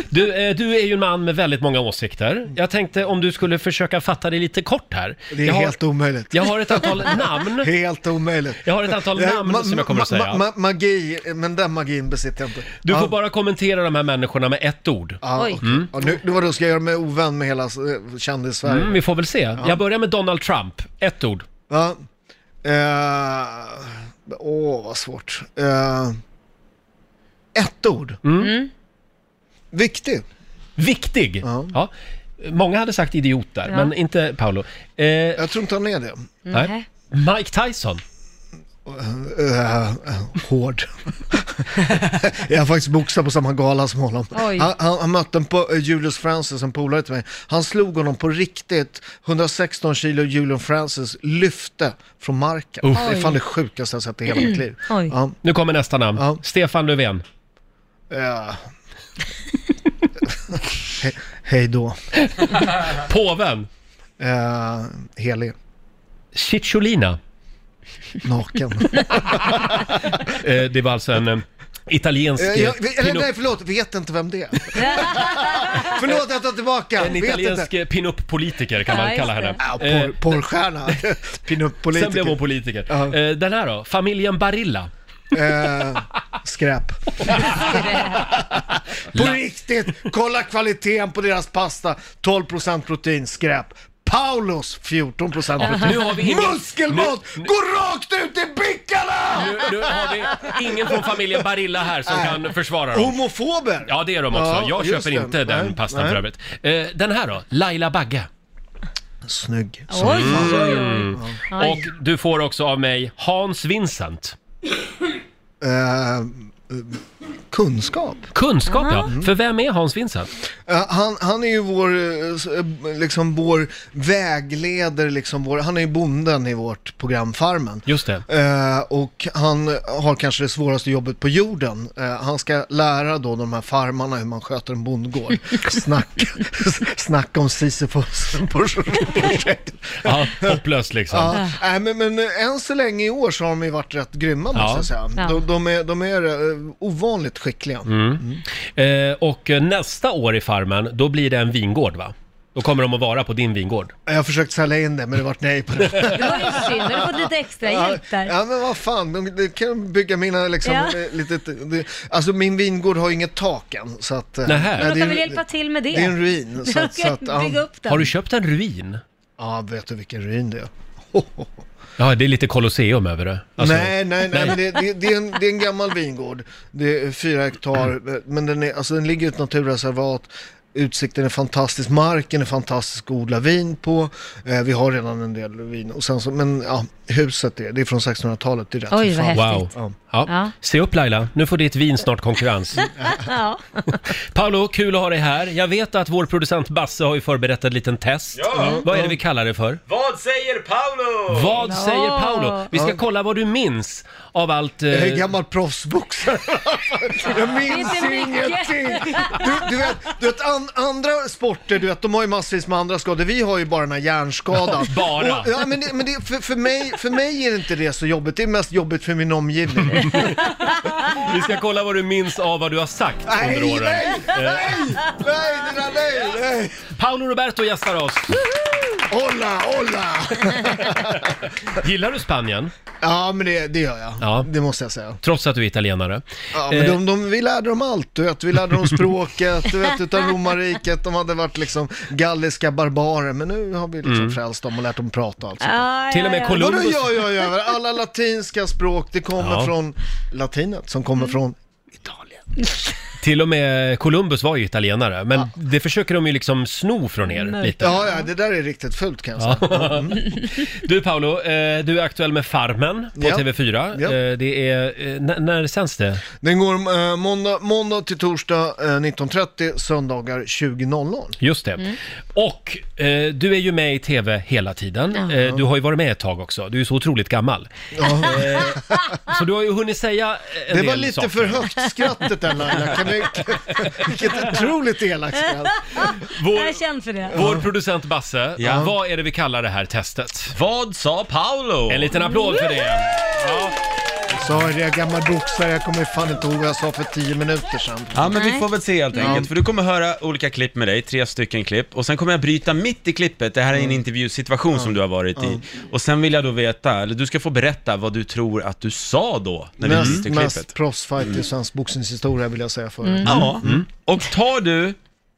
S1: Du, eh, du är ju en man med väldigt många åsikter. Jag tänkte om du skulle försöka fatta dig lite kort här.
S7: Det är
S1: jag,
S7: helt
S1: har,
S7: omöjligt.
S1: jag har ett antal namn.
S7: Helt omöjligt.
S1: Jag har ett antal
S7: Eh,
S1: namn
S7: ma-
S1: som jag kommer att
S7: ma-
S1: säga.
S7: ma- magi, men den magin besitter jag inte.
S1: Du
S7: Ja.
S1: får bara kommentera de här människorna med ett ord.
S7: Ja,
S2: Oj.
S7: Oj. Ja, nu, nu var det, ska jag göra mig ovän med hela eh, kändis-Sverige.
S1: Mm, vi får väl se. Jag börjar med Donald Trump. Ett ord.
S7: Ja. Eh, åh, vad svårt. Eh, ett ord.
S2: Mm.
S7: Viktig.
S1: Viktig.
S7: Ja.
S1: Ja. Många hade sagt idiot där, men inte Paolo. Eh,
S7: Jag tror inte han är det.
S1: nej. Mike Tyson.
S7: Eh, eh, hård. jag har faktiskt boxat på samma gala som honom.
S2: Oj.
S7: Han, han, han mötte en po- eh, Julius Francis, en polare till mig. Han slog honom på riktigt. 116 kilo Julian Francis lyfte från marken. Det är fan det sjukaste jag sett i hela mitt liv.
S2: Oj.
S7: Ja.
S1: Nu kommer nästa namn.
S7: Ja.
S1: Stefan Löfven.
S7: Ja. He- Hej då.
S1: Påven.
S7: Eh, helig.
S1: Cicciolina.
S7: Naken.
S1: Eh, det var alltså en eh, italiensk...
S7: Eh,
S1: Eh,
S7: jag, eller,
S1: pin-up-
S7: nej, förlåt. Vet inte vem det är. förlåt, jag tar tillbaka.
S1: en
S7: vet inte.
S1: italiensk eh, pin-up-politiker kan
S2: Ja,
S1: man
S2: just
S1: kalla henne.
S2: det.
S7: Ah,
S1: Eh,
S7: porr, porrstjärna.
S1: Sen blev hon
S7: Pinup-politiker.
S1: politiker.
S7: Ja.
S1: Eh, Den här då? Familjen Barilla.
S7: Eh, skräp. På riktigt. Kolla kvaliteten på deras pasta. 12% protein. Skräp. Paulos 14 procent.
S1: Nu har vi ingen-
S7: Muskelmat! Gå rakt ut i bickarna!
S1: Nu, nu har vi ingen från familjen Barilla här som kan försvara dem.
S7: Homofober!
S1: Ja, det är de också.
S7: Ja,
S1: Jag
S7: just
S1: köper
S7: det.
S1: inte den
S7: Nej,
S1: pastan
S7: nej.
S1: för övrigt. Eh, den här då, Laila Bagge.
S7: Snygg.
S2: Oj, oj, oj. Aj.
S1: Och du får också av mig Hans Vincent.
S7: Eh, eh,
S1: Mm.
S7: kunskap.
S1: Kunskap ja, för vem är Hans Vincent?
S7: Eh, han, han är ju vår, eh, s- eh, liksom vår vägledare, liksom vår, han är ju bonden i vårt program Farmen.
S1: Just det.
S7: Eh, och han har kanske det svåraste jobbet på jorden. Eh, han ska lära då de här farmarna hur man sköter en bondgård. Snack, snack om Sisyfos projekt.
S1: Ja, hopplöst liksom.
S7: Ja, nej, Äh, men, men än så länge i år så har de ju varit rätt grymma måste
S1: Ja.
S7: jag säga.
S2: Ja.
S7: De, de är, de är eh, ovanligt skickliga.
S1: Mm. Eh, och eh, nästa år i Farmen, då blir det en vingård va? Då kommer de att vara på din vingård.
S7: Jag har försökt sälja in det men det vart nej på det.
S2: Det var ju synd, du har fått lite extra hjälp där.
S7: Ja men vad fan, de, de kan bygga mina liksom,
S2: Ja.
S7: eh, lite, de, alltså min vingård har inget tak än så att... eh,
S1: Nähä.
S2: Någon
S7: nej, det är-
S2: kan väl hjälpa till med det?
S7: Det är en ruin. Så, att- så att,
S2: Okej, Bygga
S7: ja,
S2: upp den.
S1: Har du köpt en ruin?
S7: ja, vet du vilken ruin det är?
S1: Ja, det är lite Colosseum över det. Alltså,
S7: nej, nej, nej, det, det, det, är en, det är en gammal vingård. Det är fyra hektar, men den, är, alltså, den ligger i ett naturreservat. Utsikten är fantastisk, marken är fantastisk att odla vin på. Eh, vi har redan en del vin. Och sen så, men ja, huset är, det är från 1600-talet, det är rätt
S2: Oj,
S7: för
S2: vad
S7: fan.
S2: häftigt.
S1: Wow.
S7: Ja.
S1: Ja.
S2: Ja.
S1: Se upp Laila, nu får ditt vin snart konkurrens.
S2: Ja.
S1: Paolo, kul att ha dig här. Jag vet att vår producent Basse har ju förberett ett litet test. Mm.
S6: Ja.
S1: Vad är det vi kallar det för?
S6: Vad säger Paolo?
S1: Vad
S2: Ja.
S1: säger Paolo? Vi ska kolla vad du minns av allt... eh,
S7: Jag är gammal proffsboxare. Jag minns
S2: Inte mycket.
S7: ingenting. Du, du vet, du vet an, andra sporter, du vet, de har ju massvis med andra skador. Vi har ju bara den här hjärnskadan.
S1: Bara.
S7: Och, ja, men det, men det, för, för, mig, för mig är inte det så jobbigt. Det är mest jobbigt för min omgivning.
S1: Mm. Vi ska kolla vad du minns av vad du har sagt
S7: nej,
S1: under
S7: nej,
S1: åren. Eh.
S7: nej, nej, det där, nej, nej.
S1: Paolo Roberto gästar oss.
S7: Hola, hola.
S1: Gillar du Spanien?
S7: Ja, men det, det gör jag.
S1: Ja.
S7: Det måste jag säga.
S1: Trots att du är italienare.
S7: Ja, men de, de, vi lärde dem allt, du vet. Vi lärde dem språket, du vet, utan romarriket. De hade varit liksom galliska barbarer, men nu har vi liksom frälst dem och lärt dem prata alltså.
S2: Ja,
S1: Till och
S2: ja,
S1: med
S2: ja.
S1: Col-
S7: Vadå
S1: Columbus-
S7: jag, jag, jag? Alla latinska språk, det kommer
S1: Ja.
S7: från latinet som kommer från...
S1: Till och med Columbus var ju italienare, men det försöker de ju liksom sno från er lite.
S7: Ja, ja, det där är riktigt fult kan jag säga.
S1: Du Paolo, eh, du är aktuell med Farmen på
S7: Ja.
S1: TV4.
S7: Ja.
S1: Eh, Det är, eh, n- när sänds det?
S7: Den går eh, måndag, måndag till torsdag eh, 19.30, söndagar 20.00.
S1: Just det.
S7: Mm.
S1: Och eh, du är ju med i TV hela tiden. Eh, du har ju varit med ett tag också. Du är ju så otroligt gammal. Eh, så du har ju hunnit säga en
S7: Det
S1: del
S7: var lite
S1: saker.
S7: för högt skrattet där Laila, kan vi... Vilket otroligt elakt skratt.
S2: Jag är
S1: Vår,
S2: känd för det.
S1: vår producent Basse,
S6: Ja.
S1: vad är det vi kallar det här testet?
S6: Vad sa Paolo?
S1: En liten applåd för det. Ja.
S7: Sorry, jag är gammal boxare, jag kommer fan inte ihåg vad jag sa för tio minuter sedan.
S6: Ja men vi
S2: Nej.
S6: får väl se helt enkelt, för du kommer höra olika klipp med dig, tre stycken klipp, och sen kommer jag bryta mitt i klippet, det här är en intervjusituation som du har varit i, och sen vill jag då veta, eller du ska få berätta vad du tror att du sa då, när vi
S7: Näst
S6: bryter
S7: mest Mm.
S6: klippet. Mm.
S7: proffsfight i svensk boxningshistoria vill jag säga för er.
S6: Ja, och tar du,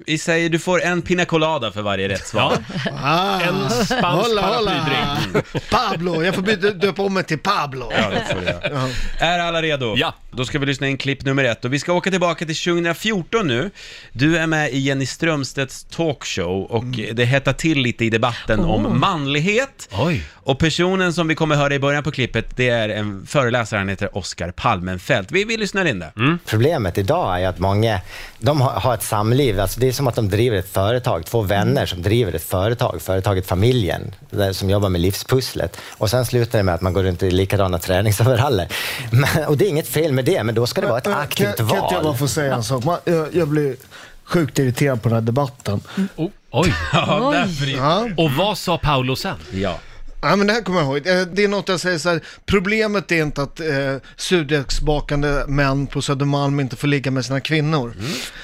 S6: vi säger du får en pina colada för varje rätt svar.
S7: Ah,
S1: En spansk
S7: hola, hola.
S1: paraplydrink.
S7: Pablo, jag får byta, döpa om mig till Pablo.
S6: Ja, det får du göra. Är alla redo?
S1: Ja.
S6: Då ska vi lyssna in klipp nummer ett och vi ska åka tillbaka till 2014 nu. Du är med i Jenny Strömstedts talkshow och det hettar till lite i debatten om manlighet.
S1: Oj.
S6: Och personen som vi kommer höra i början på klippet, det är en föreläsare, han heter Oskar Palmenfelt. Vi, vi lyssnar in det.
S8: Problemet idag är ju att många de har- har ett samliv. Alltså det är som att de driver ett företag. Två vänner som driver ett företag. Företaget Familjen, där- som jobbar med livspusslet. Och sen slutar det med att man går runt i likadana träningsoveraller. Men, och det är inget fel med det, men då ska det vara
S7: Eh,
S8: ett aktivt
S9: kan, Kan inte jag bara
S8: val.
S9: få säga en sak? Man, jag, jag blir sjukt irriterad på den här debatten.
S1: Oh, oj.
S6: Ja,
S2: Oj.
S6: därför är...
S7: Ja.
S1: Och vad sa Paolo sen?
S6: ja.
S7: Ja, men det här kommer jag ihåg. Eh, Det är något jag säger så här, problemet är inte att eh, surdegsbakande män på Södermalm inte får ligga med sina kvinnor.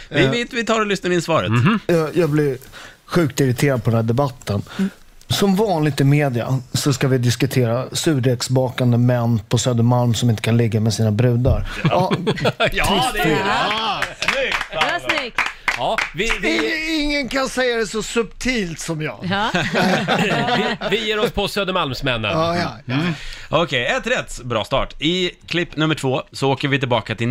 S6: vi, vi, vi tar och lyssnar in svaret.
S9: Jag, jag blir sjukt irriterad på den här debatten. Som vanligt i media så ska vi diskutera surdegsbakande män på Södermalm som inte kan ligga med sina brudar. Ja.
S1: Ja, det är
S2: Det var snyggt.
S1: Ja, vi, vi,
S7: Ingen, ingen kan säga det så subtilt som jag.
S2: Ja.
S1: vi, vi ger oss på Södermalmsmännen.
S7: Ja, ja, ja.
S6: Okej, ett rätt. Bra start. I klipp nummer två så åker vi tillbaka till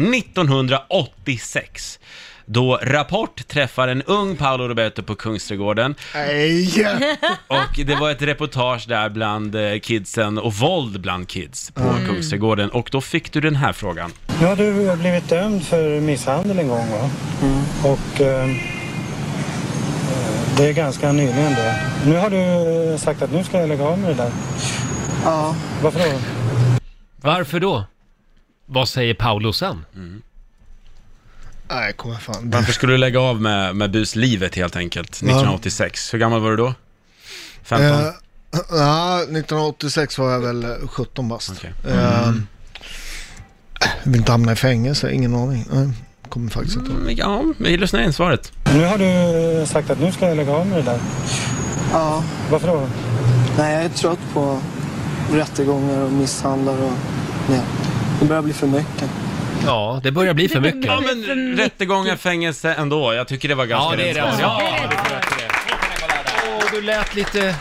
S6: 1986. Då Rapport träffar en ung Paolo Roberto på Kungsträdgården
S7: Nej,
S6: och det var ett reportage där bland eh, kidsen och våld bland kids på
S1: Mm.
S6: Kungsträdgården och då fick du den här frågan.
S10: Nu har du blivit dömd för misshandel en gång va?
S9: Mm.
S10: Och eh, det är ganska nyligen då. Nu har du eh, sagt att nu ska jag lägga av med det där.
S9: Ja.
S10: Varför då?
S1: Varför då? Vad säger Paolo sen?
S7: nej, kom igen, fan.
S6: Varför skulle du lägga av med, med buslivet helt enkelt 1986? Hur gammal var du då? 15?
S7: Eh, ja, 1986 var jag väl 17 bast.
S6: Okej.
S7: Eh, vill inte hamna i fängelse, ingen aning. Nej, kommer faktiskt inte ihåg.
S6: Mm, Ja, vi lyssnar in svaret.
S10: Nu har du eh, sagt att nu ska jag lägga av med det där.
S9: ja.
S10: Varför då?
S9: Nej, jag är trött på rättegångar och misshandlar och... Nej. Det börjar bli för mycket.
S1: Ja, det börjar bli för mycket.
S6: Ja, men rättegångar, fängelse ändå. Jag tycker det var ganska
S1: Ja, det är
S6: rätt
S1: det.
S6: svar.
S1: Ja, Åh, du lät lite,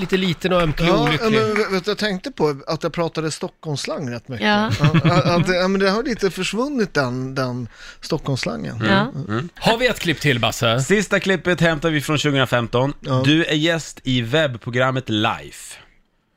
S1: lite liten och ömklig och
S7: Ja,
S1: olycklig.
S7: men vet, vet, du, jag tänkte på att jag pratade Stockholmsslang rätt mycket.
S2: Ja.
S7: Att, att, ja, men det har lite försvunnit den, den Stockholmsslangen.
S2: Ja.
S1: Har vi ett klipp till Basse?
S6: Sista klippet hämtar vi från 2015. Du är gäst i webbprogrammet Life.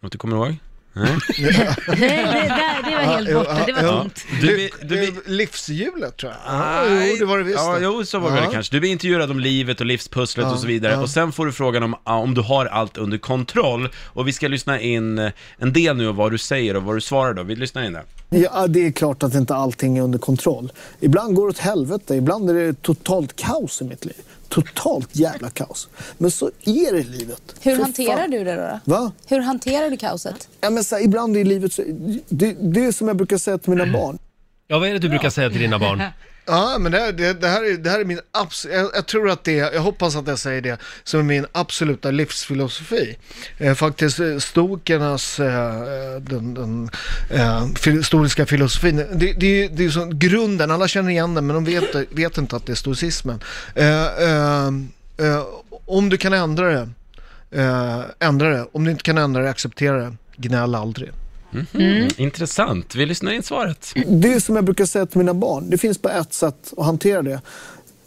S6: Något du kommer ihåg?
S2: Nej, det, där, det var helt
S7: Ja,
S2: borta. Det var
S7: ja,
S2: tomt.
S6: Du, du,
S7: Det
S6: du,
S7: är livshjulet tror jag.
S6: Ah,
S7: Ja, jo, det var det visst.
S6: ja,
S7: det.
S6: jo, så var det
S7: Ja.
S6: väl kanske. Du blir intervjuad om livet och livspusslet och så vidare. Och sen får du frågan om, ah, om du har allt under kontroll. Och vi ska lyssna in eh, en del nu av vad du säger och vad du svarar då. Vi lyssnar in det.
S9: Ja, det är klart att inte allting är under kontroll. Ibland går det åt helvete, ibland är det totalt kaos i mitt liv. Totalt jävla kaos. Men så är det livet. Hur hanterar du det då? Va? Hur hanterar du kaoset? Ja, men så här, ibland i livet, så, det, det är som jag brukar säga till mina barn.
S1: Ja, vad är det du brukar säga till dina barn?
S7: Ja, men det, här- det, det, här är, det här är min absolut, jag, jag tror att det, jag hoppas att jag säger det, som är min absoluta livsfilosofi. Eh, faktiskt eh, stokernas, eh, eh, den, den eh, fil- historiska filosofin, det, det, är ju- det är ju som grunden, alla känner igen den men de vet, vet inte att det är stoicismen. Eh, eh, eh, om du kan ändra det, eh, ändra det. Om du inte kan ändra det, acceptera det. Gnäll aldrig.
S6: Mm. Intressant. Vi lyssnar in svaret.
S9: Det är som jag brukar säga till mina barn. Det finns bara ett sätt att hantera det.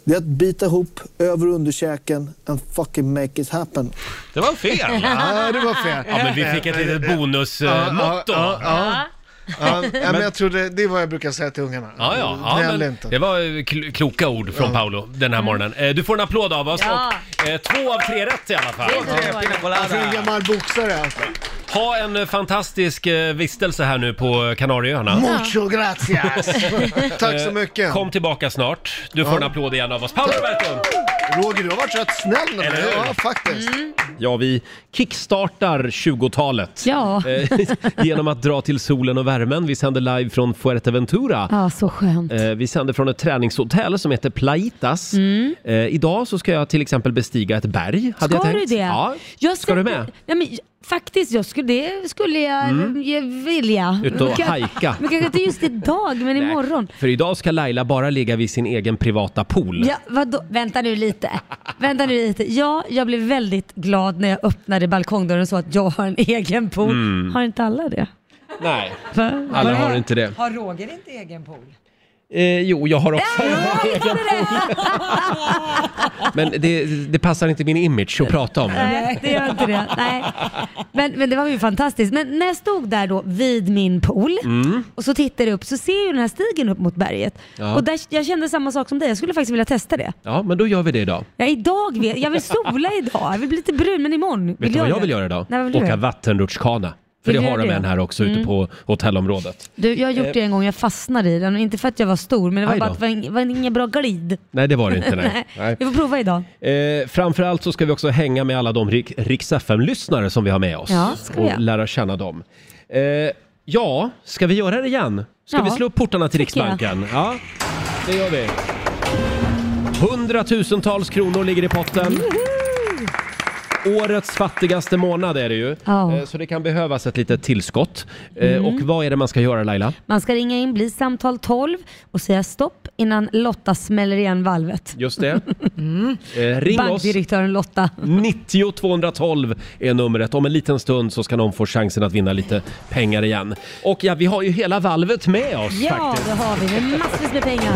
S9: Det är att bita ihop över och underkäken and fucking make it happen.
S6: Det var fel.
S7: Ja, det var fel.
S1: Ja, men vi fick ett litet bonusmotto.
S7: Ja,
S1: Ja,
S7: ja, ja. ja, men jag tror det, det är vad jag brukar säga till ungarna.
S1: ja, ja
S7: Gnäll
S1: men
S7: inte.
S1: det var eh, kl- kloka ord från Paolo den här morgonen. Eh, Du får en applåd av oss
S2: Ja.
S1: och eh, två av tre rätt i alla fall.
S2: Det är så bra.
S7: Alltså en gammal boxare alltså.
S1: Ha en eh, fantastisk eh, vistelse här nu på eh, Kanarieöarna.
S7: Mucho gracias! Tack så mycket.
S1: Kom tillbaka snart. Du får en applåd igen av oss. Paolo Roberto!
S7: Roger, du har varit rätt snäll med
S1: Eller
S7: mig.
S1: hur?
S7: Ja, faktiskt.
S11: Mm.
S1: Ja, vi kickstartar 20-talet.
S2: Ja.
S1: Eh, Genom att dra till solen och värmen. Vi sänder live från Fuerteventura.
S2: Ja, så skönt.
S1: Eh, Vi sänder från ett träningshotell som heter Plaitas. Eh, Idag så ska jag till exempel bestiga ett berg. Hade jag
S2: Mm. Ska du
S1: tänkt.
S2: det?
S1: Ja.
S2: Jag
S1: Ska du
S2: sätter-
S1: med?
S2: Nej, men, faktiskt, jag skulle, det skulle jag mm. vilja.
S1: Ut och
S2: Men kan-
S1: hajka.
S2: Men kanske inte just idag, men imorgon.
S1: För idag ska Laila bara ligga vid sin egen privata pool.
S2: Ja, vadå? Vänta nu lite. Vänta nu lite. Ja, jag blev väldigt glad när jag öppnade balkongdörren och såg att jag har en egen pool.
S1: Mm.
S2: Har inte alla det?
S1: Nej,
S2: Va?
S1: alla har inte det.
S3: Har Roger inte egen pool?
S1: Eh, jo, jag har också. Men det, det passar inte min image att prata om. det.
S2: Nej, det gör inte det. Nej. Men, men det var ju fantastiskt. Men när jag stod där då vid min pool och så tittade jag upp så ser jag ju den här stigen upp mot berget.
S1: Mm. Ja.
S2: Och där, jag kände samma sak som dig. Jag skulle faktiskt vilja testa det.
S1: Ja, men då gör vi det idag.
S2: Ja, idag vet, jag vill sola idag, jag vill bli lite brun, men imorgon
S1: Vet du vad jag vill göra idag?
S2: Nej, vad vill du
S1: Åka
S2: göra?
S1: vattenrutschkana. För
S2: Vill
S1: det
S2: du
S1: har
S2: göra
S1: de
S2: det? Mm.
S1: en här också ute på hotellområdet.
S2: Du, jag har gjort det en gång, jag fastnade i den. och Inte för att jag var stor, men det
S1: Eh.
S2: var
S1: Aj då.
S2: bara att det var ing- var ingen bra glid.
S1: Nej, det var det inte. Nej.
S2: Nej. Vi får prova idag.
S1: Eh, framförallt så ska vi också hänga med alla de Rik- Rix FM-lyssnare som vi har med oss
S2: Ja, ska vi
S1: och
S2: göra.
S1: lära känna dem. Eh, ja, ska vi göra det igen? Ska
S2: Ja.
S1: vi slå upp portarna till
S2: Tycker jag.
S1: Riksbanken? Ja, det gör vi. Hundratusentals kronor ligger i potten. Årets fattigaste månad är det ju,
S2: Ja.
S1: Eh, så det kan behövas ett litet tillskott. Eh,
S2: Mm.
S1: Och vad är det man ska göra Laila?
S2: Man ska ringa in, bli samtal 12 och säga stopp innan Lotta smäller igen valvet.
S1: Just det.
S2: Mm.
S1: Eh, ring oss.
S2: Bankdirektören Lotta.
S1: 90 212 är numret. Om en liten stund så ska någon få chansen att vinna lite pengar igen. Och ja, vi har ju hela valvet med oss
S2: Ja,
S1: faktiskt.
S2: det har vi. Det är massvis med pengar.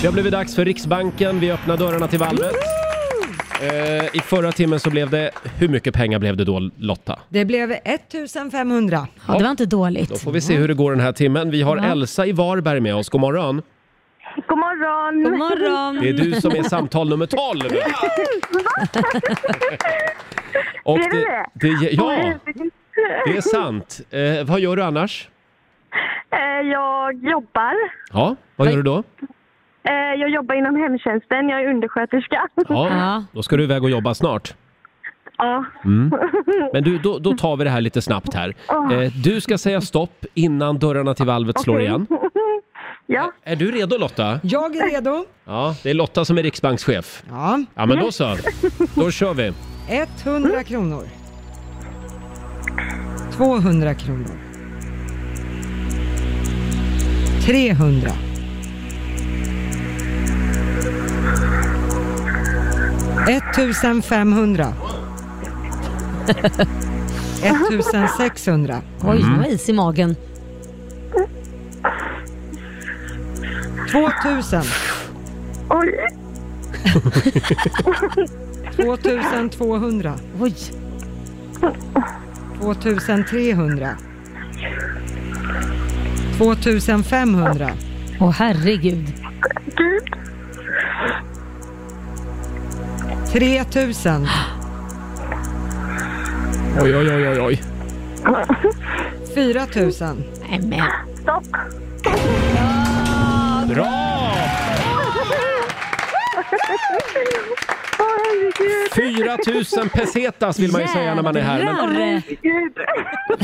S1: Det har blivit dags för Riksbanken. Vi öppnar dörrarna till valvet. Eh, I förra timmen så blev det... Hur mycket pengar blev det då Lotta?
S3: Det blev 1500.
S1: Ja, det var
S2: inte dåligt.
S1: Då får vi se hur det går den här timmen. Vi har
S3: Ja.
S1: Elsa i Varberg med oss. God morgon.
S5: God morgon!
S2: God morgon!
S1: Det är du som är samtal nummer 12. Och
S5: är
S1: det,
S5: det?
S1: det, ja, det är
S5: sant.
S1: sant. Eh, vad gör du annars?
S5: Jag jobbar.
S1: Ja, vad gör du då?
S5: Eh, Jag jobbar inom hemtjänsten. Jag är undersköterska.
S1: Ja, då ska du iväg och jobba snart.
S5: Ja.
S1: Mm. Men du, då, då tar vi det här lite snabbt här. Eh, du ska säga stopp innan dörrarna till valvet slår igen.
S5: Ja.
S1: Är du redo Lotta?
S3: Jag är redo.
S1: Ja, det är Lotta som är riksbankschef.
S3: Ja.
S1: Ja, men då så. Då kör vi.
S3: 100 kronor. 200 kronor. 300. 1500. 1600.
S2: Oj,
S1: Mm.
S2: det var is i magen.
S3: 2000.
S5: Oj.
S3: 2200.
S2: Oj.
S3: 2300. 2500.
S2: Åh herregud.
S3: 3000.
S1: Oj, oj, oj, oj, oj.
S3: 4000.
S2: Nej men.
S5: Stopp.
S1: Bra! 4 000 pesetas vill man ju säga när man är här. Men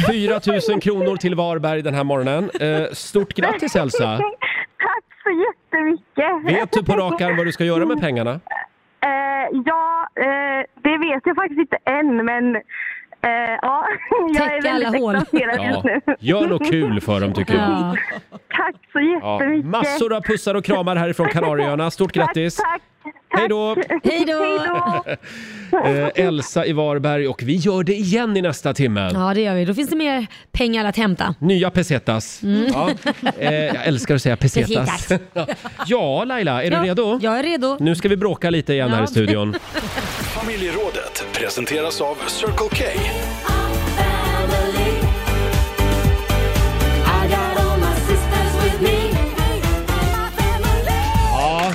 S2: Jädrar.
S1: 4 000 kronor till Varberg den här morgonen. Eh, stort grattis Elsa!
S5: Tack så jättemycket.
S1: Vet du på rak arm vad du ska göra med pengarna?
S5: Eh, ja, eh, det vet jag faktiskt inte än, men eh, ja, jag är
S2: Täcka alla
S5: väldigt
S2: hål.
S5: exalterad just nu.
S1: Gör något kul för dem tycker jag.
S2: Ja.
S5: Tack så
S1: Ja.
S5: jättemycket.
S1: Massor av pussar och kramar härifrån Kanarieöarna. Stort grattis!
S5: Tack, tack.
S1: Hej då!
S2: Hej då.
S1: Eh, Elsa i Varberg och vi gör det igen i nästa timme.
S2: Ja det gör vi. Då finns det mer pengar att hämta.
S1: Nya pesetas. Ja. Eh, jag älskar att säga pesetas.
S2: Mm. Pesetas.
S1: ja, Laila, är
S2: Ja,
S1: du redo?
S2: Jag är redo.
S1: Nu ska vi bråka lite igen här
S2: Ja.
S1: i studion.
S4: Familjerådet presenteras av Circle K.
S1: Ja.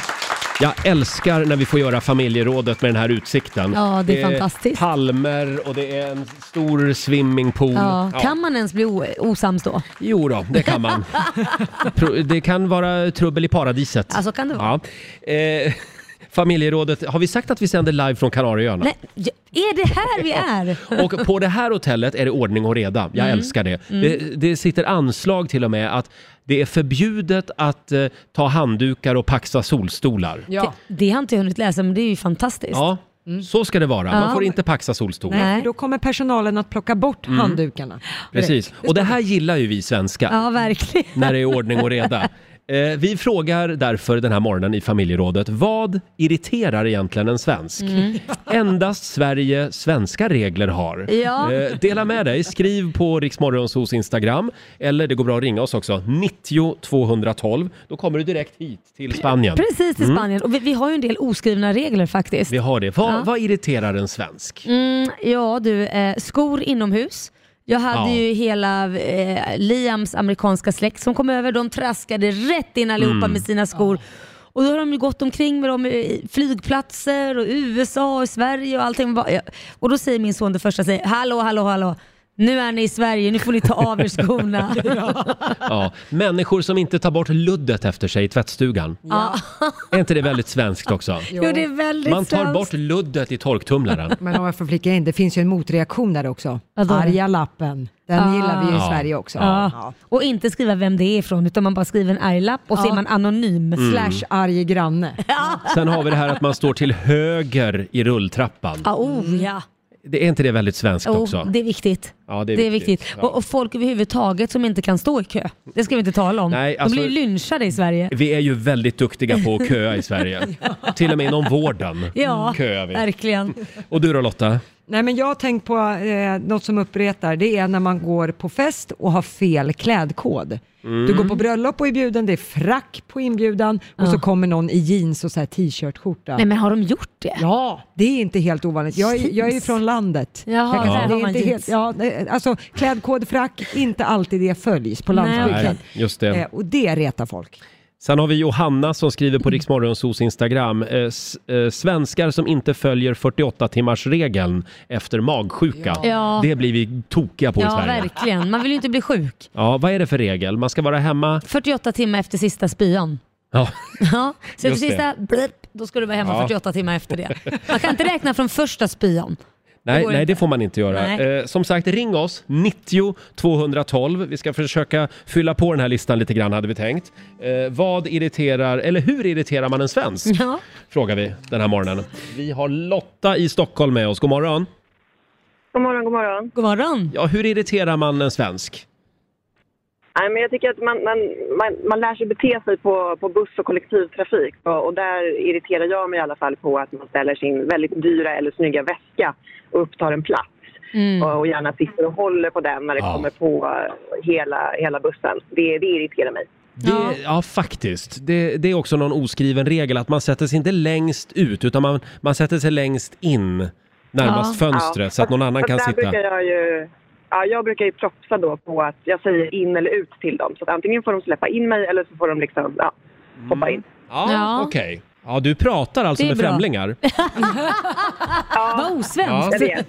S1: Jag älskar när vi får göra familjerådet med den här utsikten. Eh,
S2: Ja, det är fantastiskt.
S1: palmer och det är en stor swimmingpool.
S2: Ja.
S1: Ja.
S2: Kan man ens bli o- osams då?
S1: Jo då, det kan man. Pro- det kan vara trubbel i paradiset.
S2: Ja, så kan det
S1: Ja. Eh, familjerådet, har vi sagt att vi sänder live från Kanarieöarna?
S2: Nej, j- är det här vi är?
S1: Och på det här hotellet är det ordning och reda. Jag
S2: Mm.
S1: älskar det.
S2: Mm.
S1: det. Det sitter anslag till och med att det är förbjudet att eh, ta handdukar och paxa solstolar.
S2: Det, det har inte jag hunnit läsa men det är ju fantastiskt.
S1: Ja, så ska det vara. Man
S2: Mm. Ja.
S1: får inte paxa solstolar.
S3: Nej. för Då kommer personalen att plocka bort
S1: Mm.
S3: handdukarna.
S1: Precis. Och det här gillar ju vi svenskar.
S2: Ja, verkligen.
S1: När det är ordning och reda. Eh, vi frågar därför den här morgonen i familjerådet, vad irriterar egentligen en svensk?
S2: Mm.
S1: Endast Sverige svenska regler har.
S2: Ja.
S1: Eh, dela med dig, skriv på Riksmorgonsos Instagram eller det går bra att ringa oss också, 90 212. Då kommer du direkt hit till Spanien.
S2: Precis till
S1: Mm.
S2: Spanien. Och vi, vi har ju en del oskrivna regler faktiskt.
S1: Vi har det. Vad,
S2: Ja.
S1: vad irriterar en svensk?
S2: Mm, ja du, eh, skor inomhus. Jag hade
S1: Ja.
S2: ju hela eh, Liams amerikanska släkt som kom över. De traskade rätt in allihopa
S11: Mm.
S2: med sina skor. Och då har de ju gått omkring med dem i flygplatser och USA och Sverige och allting. Bara- ja. Och då säger min son det första, säger hallå, hallå, hallå. Nu är ni i Sverige, nu får ni ta av er skorna.
S1: Ja. Människor som inte tar bort luddet efter sig i tvättstugan.
S2: ja.
S1: Är inte det väldigt svenskt också?
S2: Jo. det är väldigt
S1: Man tar
S2: svenskt.
S1: bort luddet i torktumlaren.
S3: Men om jag får flika in, det finns ju en motreaktion där också.
S2: Vadå?
S3: Arga lappen, den
S2: Ah.
S3: gillar vi ju i
S1: Ja.
S3: Sverige också.
S2: Ja.
S3: Ja.
S2: Och inte skriva vem det är ifrån utan man bara skriver en arg lapp och så
S3: Ja.
S2: är man anonym.
S1: Mm.
S3: Slash arg granne.
S1: Sen har vi det här att man står till höger i rulltrappan.
S2: Ja, Ah, oh, ja.
S1: det är inte det väldigt svenskt
S2: Jo,
S1: också?
S2: Oh, det är viktigt.
S1: Ja,
S2: Det är viktigt. Och, och folk överhuvudtaget som inte kan stå i kö. Det ska vi inte tala om.
S1: Nej, alltså-
S2: De blir ju lynchade i Sverige.
S1: Vi är ju väldigt duktiga på att köa i Sverige. Till och med inom vården
S2: Ja,
S1: köar vi.
S2: verkligen.
S1: Och du då Lotta?
S3: Nej, men jag har tänkt på eh, något som uppretar. Det är när man går på fest och har fel klädkod. Du går på bröllop och är bjuden, det är frack på inbjudan och så kommer någon i jeans och så här t-shirt, skjorta.
S2: Nej men har de gjort det?
S3: Ja, det är inte helt ovanligt. Jag är, jag är ju från landet.
S2: Jaha,
S3: Jag kan
S2: där
S3: säga,
S2: har man
S3: inte
S2: jeans.
S3: ja, det- alltså, klädkod, frack, inte alltid det följs på landsbygden.
S1: just det.
S3: Eh, och det retar folk.
S1: Sen har vi Johanna som skriver på Riksmorgonsos Instagram. Eh, s- eh, svenskar som inte följer 48-timmarsregeln efter magsjuka.
S2: Ja.
S1: Det blir vi tokiga på i
S2: Ja,
S1: Sverige.
S2: verkligen. Man vill ju inte bli sjuk.
S1: Ja, vad är det för regel? Man ska vara hemma...
S2: 48 timmar efter sista spyan.
S1: Ja,
S2: Ja, så efter
S1: Just det.
S2: sista blip, då ska du vara hemma
S1: Ja.
S2: 48 timmar efter det. Man kan inte räkna från första spyan.
S1: nej,
S2: går
S1: nej,
S2: inte.
S1: det får man inte göra.
S2: Nej.
S1: Eh, som sagt, ring oss! 90 212. Vi ska försöka fylla på den här listan lite grann, hade vi tänkt. Eh, vad irriterar, eller hur irriterar man en svensk?
S2: Ja.
S1: Frågar vi den här morgonen. Vi har Lotta i Stockholm med oss. God morgon!
S5: God morgon, god morgon.
S2: God morgon.
S1: Ja, hur irriterar man en svensk?
S5: Nej, men jag tycker att man, man, man, man lär sig bete sig på, på buss och kollektivtrafik och, och där irriterar jag mig i alla fall på att man ställer sin väldigt dyra eller snygga väska och upptar en plats och, och gärna sitter och håller på den när det
S1: Ja.
S5: kommer på eh, hela, hela bussen. Det, det irriterar mig.
S1: Det, ja. faktiskt. Det, det är också någon oskriven regel att man sätter sig inte längst ut utan man, man sätter sig längst in närmast
S2: Ja.
S1: fönstret så att
S5: Fast-
S1: någon annan
S5: fast
S1: kan
S5: där
S1: sitta.
S5: Brukar jag, ju, ja, jag brukar ju propsa då på att jag säger in eller ut till dem. Så att antingen får de släppa in mig eller så får de liksom, ja, hoppa
S1: Mm.
S5: in.
S1: Ja,
S2: Ja.
S1: okej. Ja, du pratar alltså
S2: Det är
S1: med
S2: bra.
S1: främlingar.
S2: Vad
S1: Ja.
S2: osvenskt.
S5: Jag vet.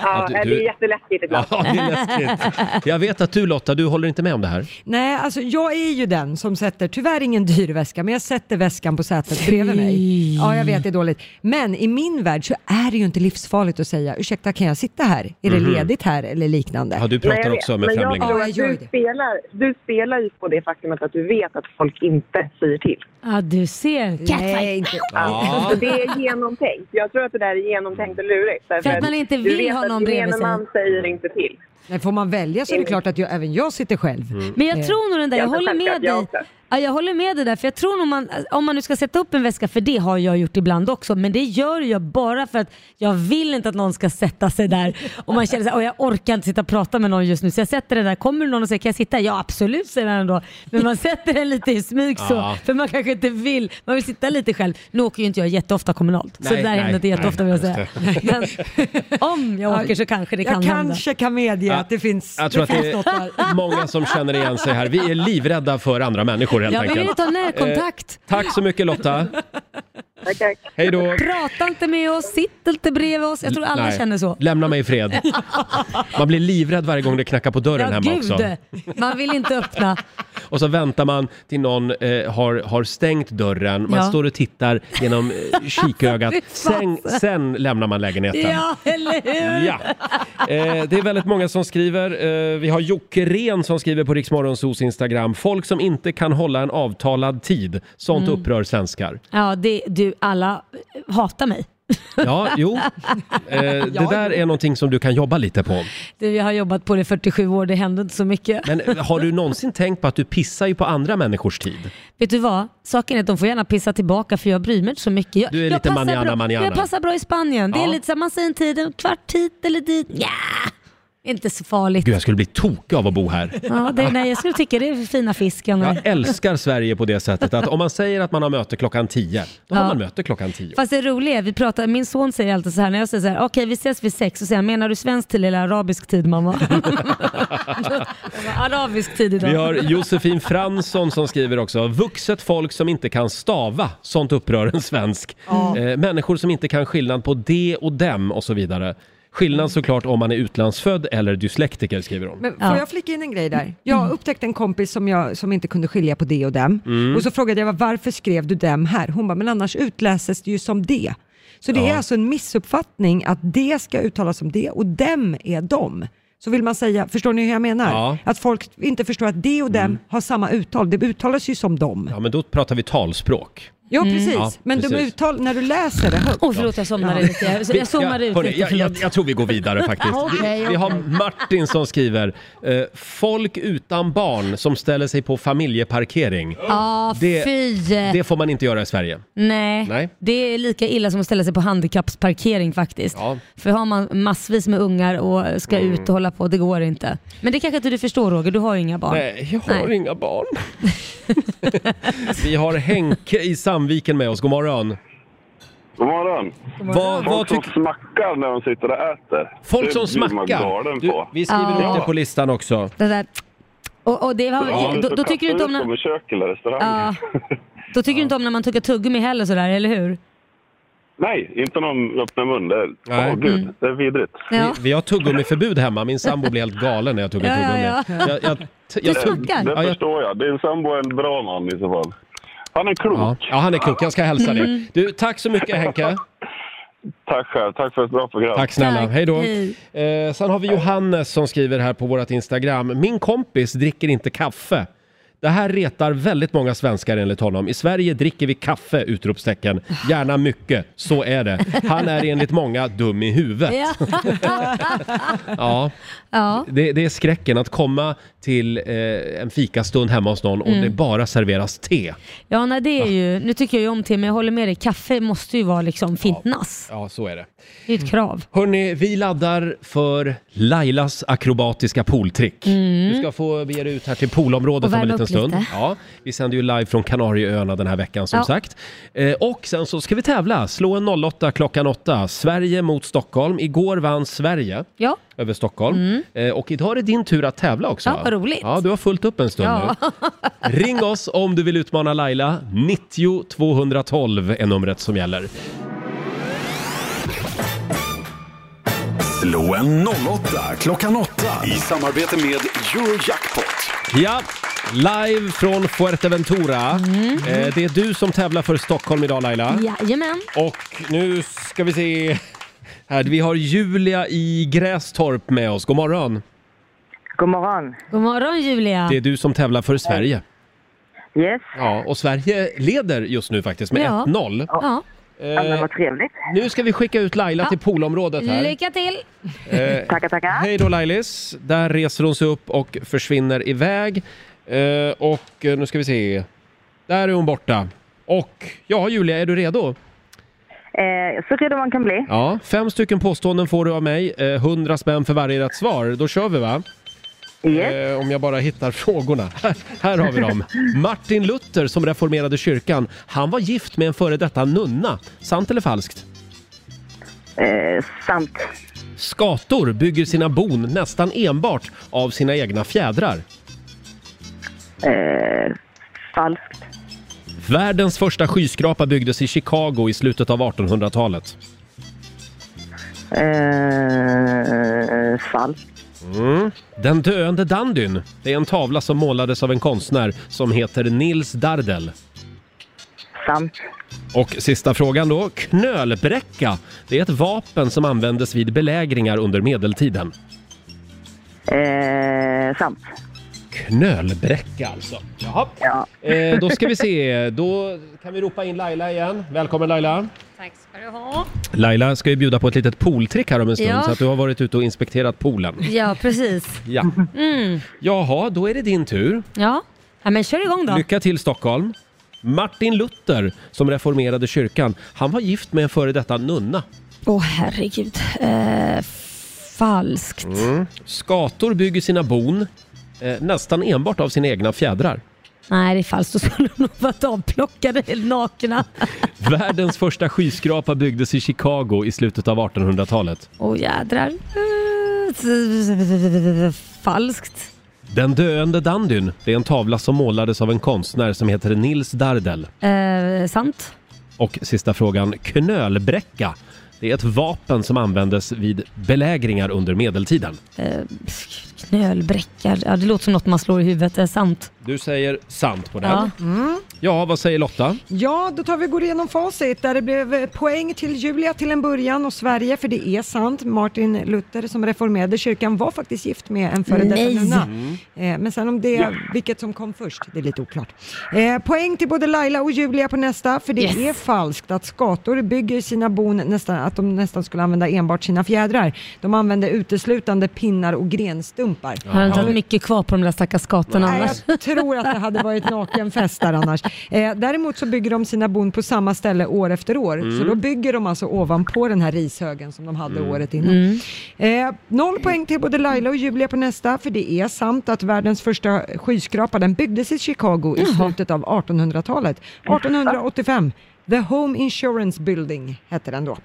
S5: Ja,
S1: du-
S5: det
S1: du-
S5: är jätteläskigt
S1: Ja,
S5: ibland.
S1: det är läskigt. Jag vet att du Lotta, du håller inte med om det här.
S3: Nej, alltså jag är ju den som sätter, tyvärr ingen dyr väska, men jag sätter väskan på sätet bredvid mig. Ja, jag vet det är dåligt. Men i min värld så är det ju inte livsfarligt att säga ursäkta kan jag sitta här? Är det ledigt här eller liknande?
S1: Ja, Mhm. du
S5: Nej,
S1: pratar
S5: jag vet.
S1: också med
S5: Men jag
S1: främlingar.
S5: tror
S3: Ja,
S5: att
S3: jag gör
S5: du,
S3: det.
S5: spelar, du spelar ju på det faktumet att du vet att folk inte säger till. Alltså,
S2: Ja, du ser.
S3: Nej, inte.
S1: Ja.
S5: Så det är genomtänkt. Jag tror att det där är genomtänkt och lurigt. därför
S2: För att man inte
S5: du
S2: vill
S5: vet
S2: ha
S5: att
S2: någon bredvid
S5: gemene
S2: sig.
S5: man säger inte till.
S3: Nej, får man välja så är det klart att jag, även jag sitter själv.
S1: Mm.
S2: Men jag tror nog den där, Eh, jag
S5: Ja, men
S2: håller med
S5: självklart, jag
S2: dig.
S5: också.
S2: Ja, jag håller med dig där, för jag tror nog man, om man nu ska sätta upp en väska, för det har jag gjort ibland också, men det gör jag bara för att jag vill inte att någon ska sätta sig där och man känner såhär, jag orkar inte sitta och prata med någon just nu, så jag sätter den där, kommer någon och säger kan jag sitta? Ja absolut säger den då, men man sätter den lite i smyg
S1: Ja.
S2: så, för man kanske inte vill, man vill sitta lite själv. Nu åker ju inte jag jätteofta kommunalt, så
S1: Nej,
S2: det där
S1: nej,
S2: händer inte jätteofta vill jag säga.
S1: nej,
S2: Men, om jag åker så kanske det kan
S3: jag
S2: hända.
S3: kanske kan medge att det finns,
S1: Jag tror att
S3: det finns
S1: det
S3: något där.
S1: är många som känner igen sig här. Vi är livrädda för andra människor helt
S2: Ja, vi vill
S1: enkelt. Eh,
S2: inte ha närkontakt.
S1: Tack så mycket Lotta.
S5: Tack, tack.
S1: Hej då.
S2: Prata inte med oss, sitt inte bredvid oss. Jag tror alla
S1: Nej.
S2: känner så.
S1: Lämna mig i fred. Man blir livrädd varje gång det knackar på dörren
S2: Ja,
S1: hemma också.
S2: gud. Man vill inte öppna.
S1: Och så väntar man till någon eh, har, har stängt dörren. Man
S2: Ja.
S1: står och tittar genom eh, kikögat.
S2: Fy
S1: Sen,
S2: fan.
S1: sen lämnar man lägenheten.
S2: Ja, eller hur?
S1: Ja. Eh, det är väldigt många som skriver. Eh, vi har Jocke Ren som skriver på Riksmorgonsos Instagram. Folk som inte kan hålla en avtalad tid. Sånt upprör svenskar.
S2: Ja, det, du, alla hatar mig.
S1: Ja, jo. Eh, det där är någonting som du kan jobba lite på.
S2: Du, jag har jobbat på det i 47 år, det händer inte så mycket.
S1: Men eh, har du någonsin tänkt på att du pissar ju på andra människors tid?
S2: Vet du vad? Saken är att de får gärna pissa tillbaka för jag bryr mig inte så mycket. Jag,
S1: Du är
S2: jag
S1: lite
S2: passar
S1: manana,
S2: bra,
S1: manana.
S2: Jag passar bra i Spanien. Det
S1: Ja.
S2: är lite så här, man säger en tid, en kvart hit eller dit. Ja, inte så farligt.
S1: Gud, jag skulle bli tokig av att bo här.
S2: Ja, det, nej, jag skulle tycka det är fina fisken.
S1: Jag älskar Sverige på det sättet att om man säger att man har möte klockan 10, då har
S2: Ja.
S1: man möte klockan 10.
S2: Fast det roliga är, vi pratar, min son säger alltid så här när jag säger så här, okej vi ses vid sex, och säger han, menar du svensk tid eller arabisk tid mamma? Jag bara, arabisk tid idag.
S1: Vi har Josefin Fransson som skriver också, vuxet folk som inte kan stava, sånt upprör en svensk. Eh, människor som inte kan skillnad på de och dem och så vidare. Skillnad såklart om man är utlandsfödd eller dyslektiker skriver hon.
S3: Men får
S2: Ja.
S3: jag flicka in en grej där?
S1: Mm.
S3: Jag upptäckte en kompis som, jag, som inte kunde skilja på det och dem.
S1: Mm.
S3: Och så frågade jag varför skrev du dem här? Hon bara, men annars utläses det ju som det. Så det är alltså en missuppfattning att det ska uttalas som det och dem är dem. Så vill man säga, förstår ni hur jag menar?
S1: Ja. Mm.
S3: Att folk inte förstår att det och dem har samma uttal. Det uttalas ju som dem.
S1: Ja men då pratar vi talspråk.
S3: Jo, precis.
S1: Mm. Ja,
S3: Men de
S1: precis.
S3: uttal, när du läser det högt.
S2: Åh förlåt, jag somnade
S3: Ja.
S2: lite. Jag, jag zoomade ut
S1: hörni,
S2: lite,
S1: jag, jag,
S2: förlåt.
S1: jag tror vi går vidare faktiskt.
S2: Okej,
S1: vi, vi har Martin som skriver, eh, folk utan barn som ställer sig på familjeparkering.
S2: Ja,
S1: Det-
S2: Ah, fy.
S1: Det får man inte göra i Sverige.
S2: Nej.
S1: Nej.
S2: det är lika illa som att ställa sig på handikappsparkering faktiskt.
S1: Ja. Mm.
S2: För har man massvis med ungar och ska ut och hålla på, det går inte. Men det kanske inte du förstår Roger, du har ju inga barn.
S1: Nej, jag har
S2: Nej.
S1: inga barn. vi har Henke i Sandviken med oss, god morgon.
S11: God morgon.
S1: Vad, vad
S11: Folk som
S1: tycker...
S11: smackar när de sitter och äter.
S1: Folk
S11: det
S1: som
S11: blir man
S1: smackar.
S11: galen
S1: Du,
S11: på.
S1: vi skriver
S2: Ja.
S1: upp det på listan också.
S2: Det där. Och, och det var,
S11: Ja,
S2: då, då tycker du inte om
S11: kastar ut dem
S2: när,
S11: i kök eller restaurang.
S2: Ja. då tycker du inte om när man tuggar tuggummi heller sådär, eller hur?
S11: Nej, inte när de öppnar mun. Det är,
S1: Nej.
S11: Åh, gud, det är vidrigt.
S2: Ja.
S1: Vi, vi har tuggummiförbud hemma. Min sambo blir helt galen när jag tuggar
S2: Ja,
S1: tuggummi.
S2: ja,
S1: Jag, jag, t- jag,
S2: Du
S1: tugg-
S2: smackar.
S11: Det
S1: Ja, jag,
S11: förstår jag. Din sambo är en bra man i så fall. Han är klok.
S1: ja. ja, han är klok. Jag ska hälsa
S2: Mm.
S1: dig. Du, tack så mycket Henke.
S11: Tack själv. Tack för ett bra program.
S1: Tack snälla.
S2: Tack.
S1: Hej då.
S2: Hej.
S1: Eh, sen har vi Johannes som skriver här på vårt Instagram. Min kompis dricker inte kaffe. Det här retar väldigt många svenskar enligt honom. I Sverige dricker vi kaffe! Utropstecken. Gärna mycket, så är det. Han är enligt många dum i huvudet.
S2: Ja.
S1: Ja,
S2: ja.
S1: det, det är skräcken att komma till eh, en fikastund hemma hos någon och
S2: Mm.
S1: det bara serveras te.
S2: ja, nej det är ju, nu tycker jag ju om te, men jag håller med dig, kaffe måste ju vara liksom fintnass.
S1: Ja, så är det.
S2: Det är ju ett krav.
S1: Hörni, vi laddar för Lailas akrobatiska pooltrick. Du ska få bege dig ut här till poolområdet
S2: Mm. Och
S1: om en
S2: värma
S1: liten
S2: upp
S1: stund.
S2: lite.
S1: Ja, vi sänder ju live från Kanarieöarna den här veckan som
S2: Ja.
S1: sagt. Eh, och sen så ska vi tävla. Slå en 08 klockan 8. Sverige mot Stockholm. Igår vann Sverige
S2: Ja,
S1: över Stockholm. Eh, och idag är det din tur att tävla också.
S2: Mm. Ja, vad roligt.
S1: Ja, du har fullt upp en stund
S2: Ja.
S1: nu. Ring oss om du vill utmana Laila. 90 212 är numret som gäller.
S4: Slå en 08 klockan 8 i samarbete med Eurojackpot.
S1: Ja, live från Fuerteventura. Eh, det är du som tävlar för Stockholm idag Laila.
S2: jajamän.
S1: Och nu ska vi se. Här, vi har Julia i Grästorp med oss. God morgon.
S5: God morgon.
S2: God morgon Julia.
S1: Det är du som tävlar för Sverige.
S5: Yes,
S1: Ja, och Sverige leder just nu faktiskt med
S2: Ja.
S1: 1-0.
S2: Ja.
S1: Eh,
S5: vad trevligt.
S1: nu ska vi skicka ut Laila till poolområdet här.
S2: Lycka till!
S5: Tackar, tackar.
S1: Hej då Lailis. Där reser hon sig upp och försvinner iväg. Eh, och eh, nu ska vi se. Där är hon borta. Och ja, Julia, är du redo?
S5: Eh, så redo man kan bli.
S1: Ja, fem stycken påståenden får du av mig. Eh, 100 spänn för varje rätt svar. Då kör vi va?
S5: Yes.
S1: Eh, om jag bara hittar frågorna. Här har vi dem. Martin Luther som reformerade kyrkan, han var gift med en före detta nunna. Sant eller falskt?
S5: Eh, sant.
S1: Skator bygger sina bon nästan enbart av sina egna fjädrar.
S5: Eh, falskt.
S1: Världens första skyskrapa byggdes i Chicago i slutet av 1800-talet.
S5: Eh, falskt.
S1: Den döende Dandyn, det är en tavla som målades av en konstnär som heter Nils Dardel.
S5: Sant.
S1: Och sista frågan då. Knölbräcka. Det är ett vapen som användes vid belägringar under medeltiden.
S5: Eh, sant.
S1: Knölbräcka alltså. Jaha.
S5: Ja.
S1: Eh, då ska vi se. Då kan vi ropa in Laila igen. Välkommen Laila.
S2: Tack ska du ha.
S1: Laila ska ju bjuda på ett litet pooltrick här om en stund
S2: Ja.
S1: så att du har varit ute och inspekterat poolen.
S2: Ja, precis.
S1: Ja. Jaha, då är det din tur.
S2: Ja. ja, men kör igång då.
S1: Lycka till Stockholm. Martin Luther, som reformerade kyrkan, han var gift med en före detta nunna.
S2: Åh herregud. Eh, falskt.
S1: Skator bygger sina bon eh, nästan enbart av sina egna fjädrar.
S2: Nej, det är falskt. Då skulle de nog varit avplockade helt nakna.
S1: Världens första skyskrapa byggdes i Chicago i slutet av 1800-talet.
S2: Åh jädrar. Eh, Falskt.
S1: Den döende Dandyn, det är en tavla som målades av en konstnär som heter Nils Dardel.
S2: Eh, sant.
S1: Och sista frågan, knölbräcka. Det är ett vapen som användes vid belägringar under medeltiden.
S2: Knölbräckar. Ja, det låter som något man slår i huvudet. Det är Eh, sant.
S1: Du säger sant på den.
S2: Ja.
S1: Ja, Mm. vad säger Lotta?
S3: Ja, då tar vi och går igenom facit där det blev eh, poäng till Julia till en början och Sverige, för det är sant. Martin Luther som reformerade kyrkan var faktiskt gift med en före detta
S2: Nej.
S3: nunna.
S2: Mm.
S3: Eh, Men sen om det, vilket som kom först, det är lite oklart. Eh, Poäng till både Laila och Julia på nästa, för det
S2: Yes.
S3: är falskt att skator bygger sina bon nästan, att de nästan skulle använda enbart sina fjädrar. De använder uteslutande pinnar och grenstumpar.
S2: Har han inte haft mycket kvar på de där stackars skatorna
S3: Nej,
S2: annars?
S3: jag tror att det hade varit nakenfest där annars. Eh, däremot så bygger de sina bon på samma ställe år efter år.
S2: Mm.
S3: Så då bygger de alltså ovanpå den här rishögen som de hade
S2: Mm.
S3: året innan. Eh, noll poäng till både Laila och Julia på nästa, för det är sant att världens första skyskrapa den byggdes i Chicago i slutet av 1800-talet. 1885. The Home Insurance Building hette den då.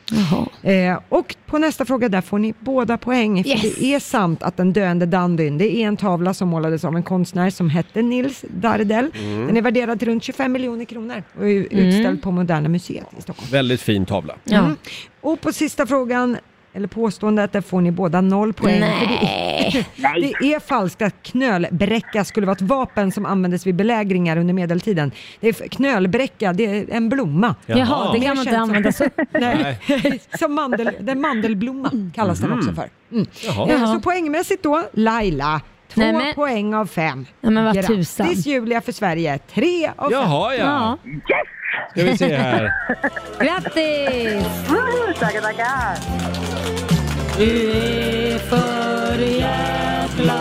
S2: Mm.
S3: Eh, och på nästa fråga där får ni båda poäng. För
S12: Yes.
S3: Det är sant att den döende dandyn, det är en tavla som målades av en konstnär som hette Nils Dardel.
S1: Mm.
S3: Den är värderad till runt 25 miljoner kronor och är ju
S1: Mm.
S3: utställd på Moderna Museet i Stockholm.
S1: Väldigt fin tavla.
S3: Mm. Och på sista frågan, eller påståendet, där får ni båda noll poäng.
S2: Nej.
S3: För Det, är, det är falskt att knölbräcka skulle vara ett vapen som användes vid belägringar under medeltiden. Det är, knölbräcka, det är en blomma.
S2: Jaha, Jaha. det kan man inte använda så.
S3: Nej. som mandel, den mandelblomma kallas den också
S2: Mhm.
S3: för. Mm.
S2: Jaha.
S3: Eh,
S2: Jaha.
S3: Så poängmässigt då, Laila. Två
S2: Nej, men-
S3: poäng av fem.
S2: Nej, men vad tusan.
S3: Grattis Julia för Sverige, tre av fem.
S1: Jaha, ja. Ska vi se här.
S2: Grattis!
S5: Tackar, tackar!
S2: Du är för jävla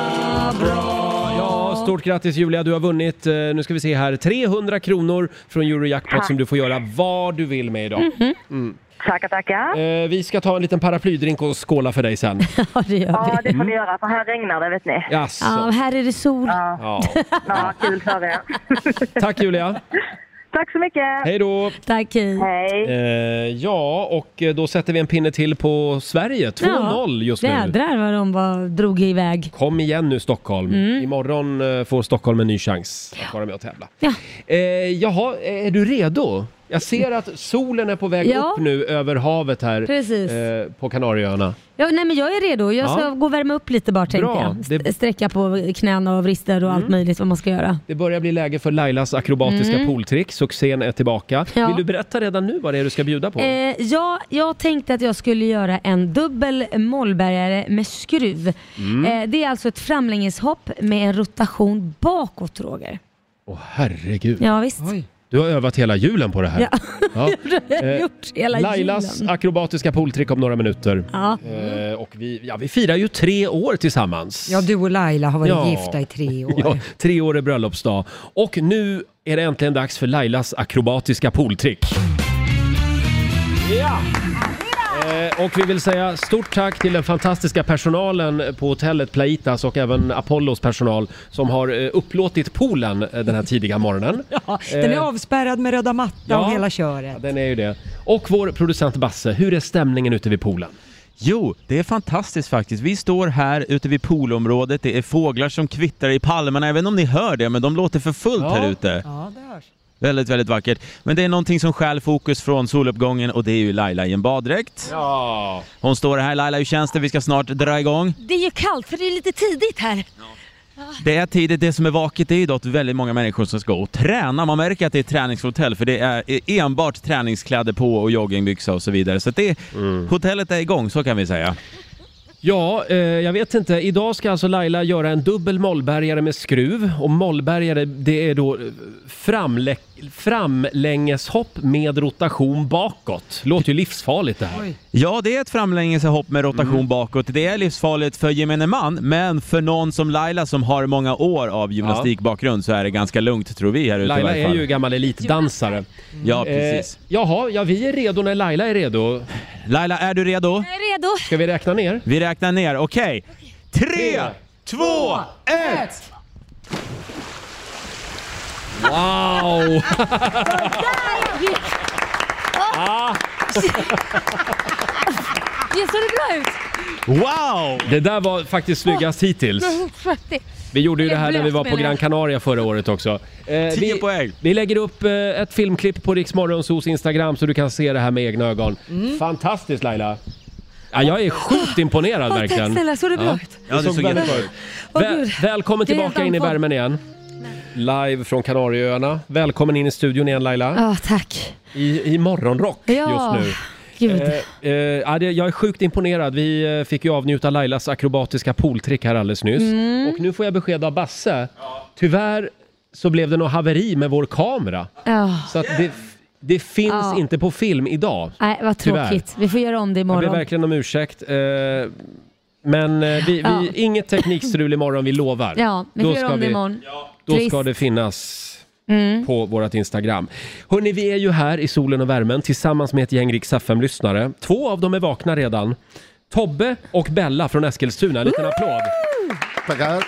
S2: bra.
S1: Ja, stort grattis Julia, du har vunnit, eh, nu ska vi se här, 300 kronor från Eurojackpot
S5: Tack.
S1: som du får göra vad du vill med idag.
S2: Mhm.
S1: Mm.
S5: Tackar, tackar.
S1: Eh, Vi ska ta en liten paraplydrink och skåla för dig sen.
S2: Ja, det gör
S5: Ja, det får
S1: Mm.
S5: ni göra, för här regnar det, vet ni.
S1: Jaså.
S2: Ja, här är det sol.
S1: Ja.
S5: Ja, kul för er.
S1: Tack Julia!
S5: Tack så mycket!
S1: Hej då!
S2: Tack, hej.
S1: Eh, ja, och eh, då sätter vi en pinne till på Sverige. 2-0 just nu.
S2: Jädrar vad de var, drog iväg.
S1: Kom igen nu Stockholm.
S2: Mm.
S1: Imorgon eh, får Stockholm en ny chans att vara med och tävla.
S2: Ja.
S1: Eh, jaha, eh, är du redo? Jag ser att solen är på väg
S2: Ja.
S1: upp nu över havet här
S2: Precis.
S1: eh, på Kanarieöarna.
S2: Ja, nej men jag är redo. Jag ska
S1: Ja.
S2: gå och värma upp lite bara tänkte
S1: Bra.
S2: jag. St-
S1: Det- Mm.
S2: Sträcka på knäna och vrister och allt möjligt vad man ska göra.
S1: Det börjar bli läge för Lailas akrobatiska
S2: Mm.
S1: pooltrick. Succén är tillbaka.
S2: Ja.
S1: Vill du berätta redan nu vad det är du ska bjuda på?
S2: Eh, ja, jag tänkte att jag skulle göra en dubbel mollbergare med skruv.
S1: Mm.
S2: Eh, det är alltså ett framlängeshopp med en rotation bakåt Roger.
S1: Åh herregud.
S2: Ja, visst.
S1: Du har övat hela julen på det här.
S2: Ja.
S1: Ja.
S2: det har jag
S1: Eh,
S2: gjort hela
S1: Lailas
S2: julen. Mm.
S1: akrobatiska pooltrick om några minuter.
S2: Ja.
S1: Eh, och vi, ja, vi firar ju tre år tillsammans.
S3: Ja, du och Laila har varit
S1: Ja.
S3: gifta i tre år.
S1: Ja, tre år är bröllopsdag. Och nu är det äntligen dags för Lailas akrobatiska pooltrick. Ja! Eh, Och vi vill säga stort tack till den fantastiska personalen på hotellet Plaitas och även Apollos personal som har eh, upplåtit poolen eh, den här tidiga morgonen.
S3: Den är
S1: Eh,
S3: avspärrad med röda mattan och hela köret.
S1: Ja, den är ju det. Och vår producent Basse, hur är stämningen ute vid poolen?
S6: Jo, det är fantastiskt faktiskt. Vi står här ute vid poolområdet, det är fåglar som kvittrar i palmerna. Jag vet inte om ni hör det, men de låter för fullt här ute.
S3: Ja, det hörs.
S6: Väldigt, väldigt vackert. Men det är någonting som stjäl fokus från soluppgången och det är ju Laila i en baddräkt.
S1: Ja.
S6: Hon står här. Laila, hur känns det? Vi ska snart dra igång.
S2: Det är ju kallt för det är lite tidigt här.
S6: Det är tidigt, det som är vaket det är ju då att väldigt många människor som ska och träna. Man märker att det är ett träningshotell för det är enbart träningskläder på och joggingbyxa och så vidare. Så att det, hotellet är igång, så kan vi säga.
S1: Ja, eh, jag vet inte. Idag ska alltså Laila göra en dubbel mollbergare med skruv. Och mollbergare, det är då eh, framlä- framlängeshopp med rotation bakåt. Låter ju livsfarligt det här.
S6: Ja, det är ett framlängeshopp med rotation
S1: Mm.
S6: bakåt. Det är livsfarligt för gemene man, men för någon som Laila som har många år av gymnastikbakgrund så är det ganska lugnt tror vi här ute
S1: Laila
S6: i
S1: är
S6: alla fall.
S1: ju gammal elitdansare.
S6: Ja, precis.
S1: Eh, jaha, ja, vi är redo när Laila är redo.
S6: Laila, är du redo?
S2: Jag är redo.
S1: Ska vi räkna ner?
S6: Vi räknar ner, okej. Tre, två, ett!
S1: Wow!
S2: Ah. Ja, såg det bra ut?
S6: Wow!
S1: Det där var faktiskt snyggast hittills. Vi gjorde ju det här när vi var på Gran Canaria förra året också. Eh,
S6: Tio poäng.
S1: Vi lägger upp eh, ett filmklipp på Rix Morgonzos Instagram så du kan se det här med egna ögon.
S2: Mm.
S1: Fantastiskt Laila! Ja, jag är sjukt imponerad
S2: Åh, tack
S1: verkligen.
S2: snälla, såg det bra
S1: Ja,
S2: ut?
S1: det såg väldigt bra ut. Väl, välkommen
S2: Det är
S1: tillbaka
S2: helt
S1: in i
S2: andfådd.
S1: värmen igen. live från Kanarieöarna. Välkommen in i studion igen Laila.
S2: Ja, tack.
S1: I, i morgonrock
S2: Ja,
S1: just nu.
S2: gud.
S1: Eh, eh, ja, det- jag är sjukt imponerad. Vi eh, fick ju avnjuta Lailas akrobatiska pooltrick här alldeles nyss.
S2: Mm.
S1: Och nu får jag besked av Basse. Tyvärr så blev det något haveri med vår kamera.
S2: Ja.
S1: Så att det, det finns
S2: Ja.
S1: inte på film idag.
S2: Nej, vad
S1: Tyvärr.
S2: tråkigt. Vi får göra om det
S1: Jag ber
S2: imorgon.
S1: verkligen om ursäkt. eh, Men eh, vi, vi,
S2: Ja.
S1: inget teknikstrul imorgon, vi lovar.
S2: Ja, vi får
S1: Då
S2: göra
S1: ska
S2: om det
S1: vi-
S2: imorgon.
S1: Då
S2: Trist.
S1: ska det finnas
S2: Mm.
S1: på vårt Instagram. Hörni, vi är ju här i solen och värmen tillsammans med ett gäng Rix lyssnare Två av dem är vakna redan. Tobbe och Bella från Eskilstuna. En liten applåd.
S12: Tackar.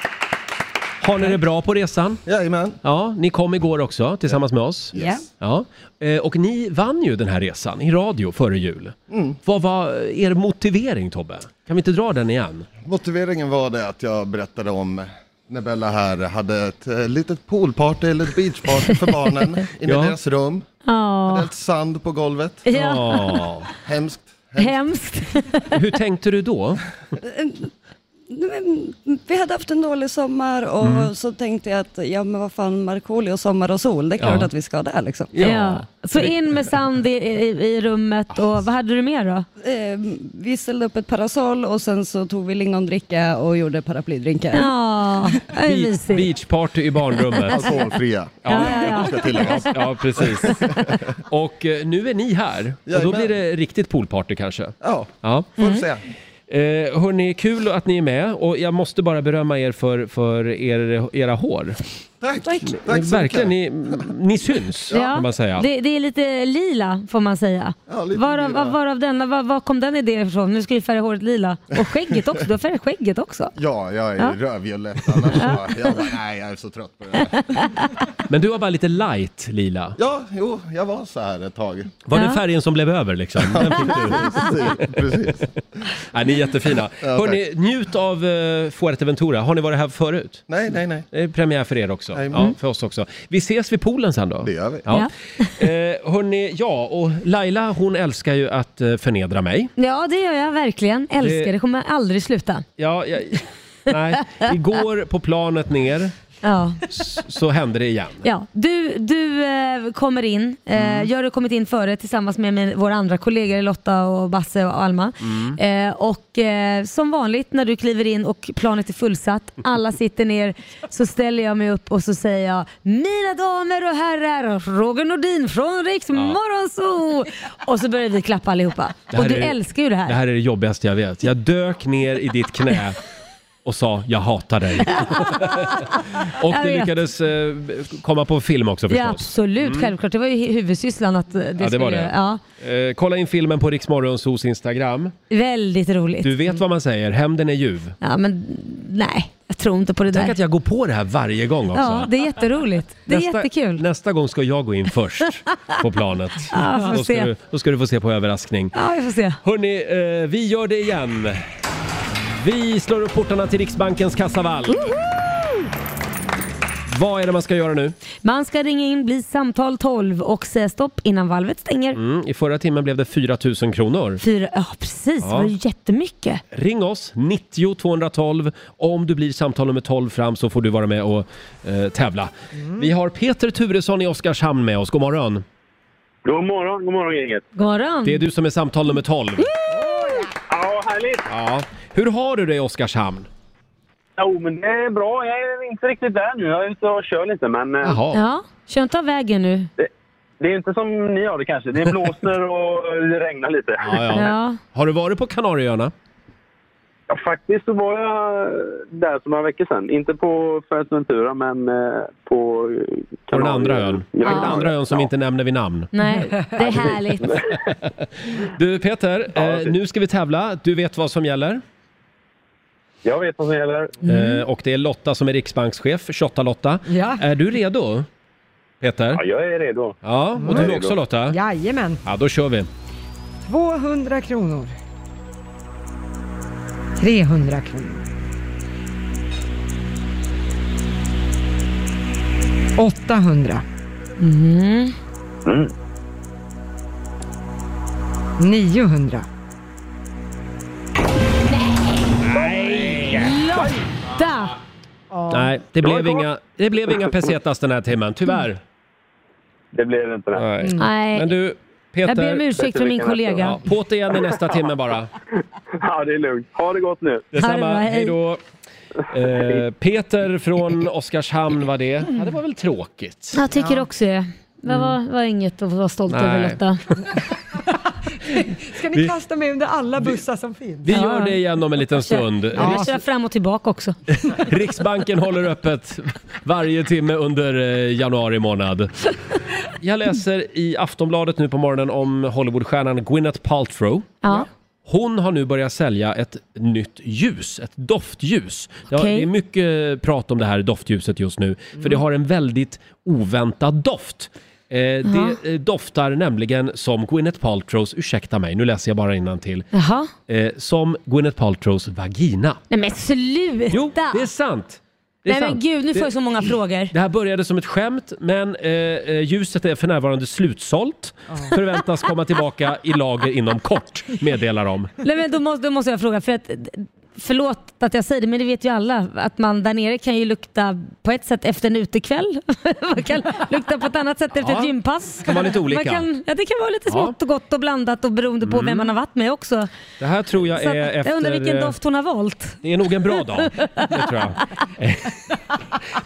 S1: Har ni det bra på resan?
S12: Jajamän.
S1: Ja, ni kom igår också tillsammans med oss.
S12: Yes.
S1: Ja. Eh, Och ni vann ju den här resan i radio före jul.
S12: Mm.
S1: Vad var er motivering Tobbe? Kan vi inte dra den igen?
S12: Motiveringen var det att jag berättade om när Bella här hade ett eh, litet poolparty eller ett beachparty för barnen inne i
S1: Ja.
S12: deras rum. Hade
S2: Ja.
S12: hällt sand på golvet.
S2: Ja. Ja.
S12: Hemskt.
S2: Hemskt.
S1: Hur tänkte du då?
S13: Vi hade haft en dålig sommar och
S1: Mm.
S13: så tänkte jag att ja men vad fan Markoolio, sommar och sol, det är klart
S1: Ja.
S13: att vi ska där liksom.
S2: Ja. Så in med sand i, i, i rummet och vad hade du mer då?
S13: Eh, vi ställde upp ett parasoll och sen så tog vi lingondricka och gjorde paraplydrinkar.
S2: Ja,
S1: Beach, beachparty i
S12: Alltså,
S1: barnrummet.
S12: Alkoholfria.
S1: Ja,
S13: Ja, ja, ja.
S12: Ska tilläggas.
S1: ja precis. Och eh, nu är ni här. Och då
S12: Jajamän.
S1: blir det riktigt poolparty kanske.
S12: Ja,
S1: Ja.
S12: får vi se.
S7: Mm.
S1: Eh, hörni, kul att ni är med och jag måste bara berömma er för, för er, era hår.
S12: Tack, tack,
S1: Ni-
S12: så
S1: Verkligen,
S12: mycket.
S1: ni, ni syns kan man säga.
S2: Det, det är lite lila får man säga.
S12: lite
S2: varav,
S12: lila.
S2: varav denna, var, var kom den idén ifrån? Nu ska vi färga håret lila. Och skägget också, du har färgat skägget också.
S12: Ja, jag är
S2: Ja.
S12: rödviolett annars. så- Jag bara, nej, jag är så trött på det här.
S1: Men du var bara lite light lila.
S12: Ja, jo, jag var så här ett tag.
S1: Var det färgen som blev över liksom? Den fick
S12: Precis, precis.
S1: Nej, ni är jättefina.
S12: Ja, tack.
S1: Hörni, njut av uh, Fuerteventura. Har ni varit här förut?
S12: Nej, nej, nej.
S1: Det är premiär för er också.
S12: Nej, men-
S1: Ja, för oss också. Vi ses vid poolen sen då. Det
S12: gör vi.
S1: Ja. Eh, hörni, ja, och Laila hon älskar ju att eh, förnedra mig.
S2: Ja, det gör jag verkligen. Älskar
S1: Det-
S2: det, kommer aldrig sluta.
S1: Ja, jag, nej. Igår på planet ner
S2: Ja.
S1: s- så hände det igen.
S2: Ja, du, du eh, kommer in, eh,
S1: Mm.
S2: jag har kommit in före tillsammans med min, våra andra kollegor Lotta och Basse och Alma.
S1: Mm.
S2: Eh, och eh, som vanligt när du kliver in och planet är fullsatt, alla sitter ner, så ställer jag mig upp och så säger jag Mina damer och herrar, Roger Nordin från Riks Morgonzoo! Och så börjar vi klappa allihopa.
S1: Det här
S2: Och du
S1: är-
S2: älskar ju det här.
S1: Det här är det jobbigaste jag vet. Jag dök ner i ditt knä och sa jag hatar dig. och
S2: Jag
S1: det
S2: vet.
S1: lyckades eh, komma på film också
S2: Ja
S1: förstås.
S2: absolut,
S1: Mm.
S2: självklart. Det var ju huvudsysslan att eh, det
S1: Ja, det var
S2: skulle...
S1: det.
S2: Ja,
S1: Eh, kolla in filmen på Riksmorgonsos Instagram.
S2: väldigt roligt.
S1: Du vet vad man säger, hämnden är ljuv.
S2: Ja men nej, jag tror inte på det
S1: Tänk
S2: där.
S1: att jag går på det här varje gång också.
S2: Ja, det är jätteroligt. Det är jättekul.
S1: Nästa gång ska jag gå in först på planet.
S2: Ja, får
S1: då, ska
S2: se.
S1: du, då ska du få se på överraskning.
S2: Ja, vi får se.
S1: Hörni, eh, vi gör det igen. Vi slår upp portarna till Riksbankens kassavalv. Vad är det man ska göra nu?
S2: Man ska ringa in, bli samtal 12 och säga stopp innan valvet stänger.
S1: Mm, I förra timmen blev det 4 000 kronor.
S2: Fyra, ja precis,
S1: Ja.
S2: det var ju jättemycket.
S1: Ring oss, 90 212. Om du blir samtal nummer 12 fram så får du vara med och eh, tävla.
S2: Mm.
S1: Vi har Peter Turesson i Oskarshamn med oss. God morgon.
S11: God morgon, god morgon gänget.
S2: God morgon.
S1: Det är du som är samtal nummer 12.
S11: Ja, härligt.
S1: Ja. Hur har du det i Oskarshamn?
S11: Jo, men det är bra. Jag är inte riktigt där nu. Jag är ute och kör lite, men... eh,
S2: Ja, kör inte av vägen nu.
S11: Det är inte som ni har det kanske. Det blåser och det regnar lite.
S1: Ja, ja. Har du varit på Kanarieöarna?
S11: Ja, faktiskt så var jag där för några veckor sedan. Inte på Fuerteventura, men eh, på...
S1: På den andra ön?
S11: Ja.
S1: Den andra ön som vi inte nämner vid namn.
S2: Nej, det är härligt.
S1: Du Peter, eh, nu ska vi tävla. Du vet vad som gäller.
S11: Jag vet vad som gäller.
S1: Eh, och det är Lotta som är riksbankschef, 28-Lotta.
S3: Ja.
S1: Är du redo? Peter? Ja,
S11: jag är redo.
S1: Ja, och
S3: Mm.
S1: du också Lotta?
S3: Jajamän.
S1: Ja, då kör vi.
S3: 200 kronor. 300 kronor. 800.
S2: Mm.
S3: 900.
S2: Lotta!
S1: Nej, det
S11: Det var
S1: blev,
S11: gott.
S1: inga, det blev inga pesetas den här timmen, tyvärr.
S11: Det blev inte det.
S1: Nej.
S2: Nej.
S1: Men du, Peter.
S2: Jag ber om ursäkt för min kollega.
S1: Ja, på't igen i nästa timme bara.
S11: Ja, det är lugnt. Ha det gott nu.
S1: Detsamma, hej då. Eh, Peter från Oskarshamn var det. Ja, det var väl tråkigt?
S2: Jag tycker
S1: Ja. Mm.
S2: också det. Det var, var inget att vara stolt
S1: Nej.
S2: över Lotta.
S3: Ska ni
S1: Vi-
S3: kasta mig under alla bussar som finns?
S1: Vi gör det igen om en liten stund.
S2: Vi kör fram och tillbaka också.
S1: Riksbanken håller öppet varje timme under eh, januari månad. Jag läser i Aftonbladet nu på morgonen om Hollywoodstjärnan Gwyneth Paltrow.
S2: Ja.
S1: Hon har nu börjat sälja ett nytt ljus, ett doftljus. Det har-
S2: Okej.
S1: Det är mycket prat om det här doftljuset just nu, för det har en väldigt oväntad doft. Eh,
S2: Jaha.
S1: det eh, doftar nämligen som Gwyneth Paltrows, ursäkta mig, nu läser jag bara innantill,
S2: Jaha.
S1: eh, som Gwyneth Paltrows vagina.
S2: Nej men sluta!
S1: Jo, det är sant. Det är
S2: Nej men
S1: sant.
S2: gud, nu får
S1: Det-
S2: jag så många frågor.
S1: Det här började som ett skämt, men eh, eh, ljuset är för närvarande slutsålt. Förväntas komma tillbaka i lager inom kort, meddelar de.
S2: Nej men då måste, då måste jag fråga, för att, förlåt att jag säger det men det vet ju alla att man där nere kan ju lukta på ett sätt efter en utekväll. man kan lukta på ett annat sätt efter
S1: Ja.
S2: ett gympass.
S1: Det kan vara lite olika.
S2: Man kan, ja, det kan vara lite
S1: Ja.
S2: smått och gott och blandat och beroende på
S1: Mm.
S2: vem man har varit med också.
S1: Det här tror jag
S2: Så att,
S1: är efter...
S2: Jag undrar vilken
S1: eh,
S2: doft hon har valt.
S1: Det är nog en bra dag, det tror jag. Eh,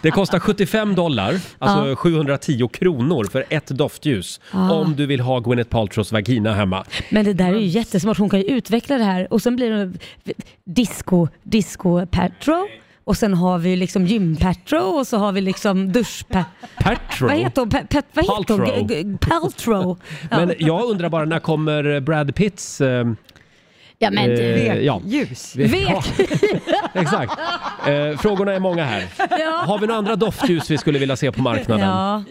S1: Det kostar 75 dollar, alltså
S2: Ja.
S1: 710 kronor för ett doftljus.
S2: Ah.
S1: Om du vill ha Gwyneth Paltrows vagina hemma.
S2: Men det där är ju
S1: Mm.
S2: jättesmart. Hon kan ju utveckla det här och sen blir det disco, disco Patro och sen har vi ju liksom gym Patro och så har vi liksom dusch pa-
S1: Patro?
S2: Vad heter hon? Pa- pa- vad heter hon?
S1: Paltrow.
S2: G- g- Paltrow. Ja.
S1: Men jag undrar bara, när kommer Brad Pitts... Eh,
S2: ja, men du.
S1: eh, ja. Ja,
S2: Vek.
S1: exakt. Eh, frågorna är många här.
S2: Ja.
S1: Har vi några andra doftljus vi skulle vilja se på marknaden?
S2: Ja.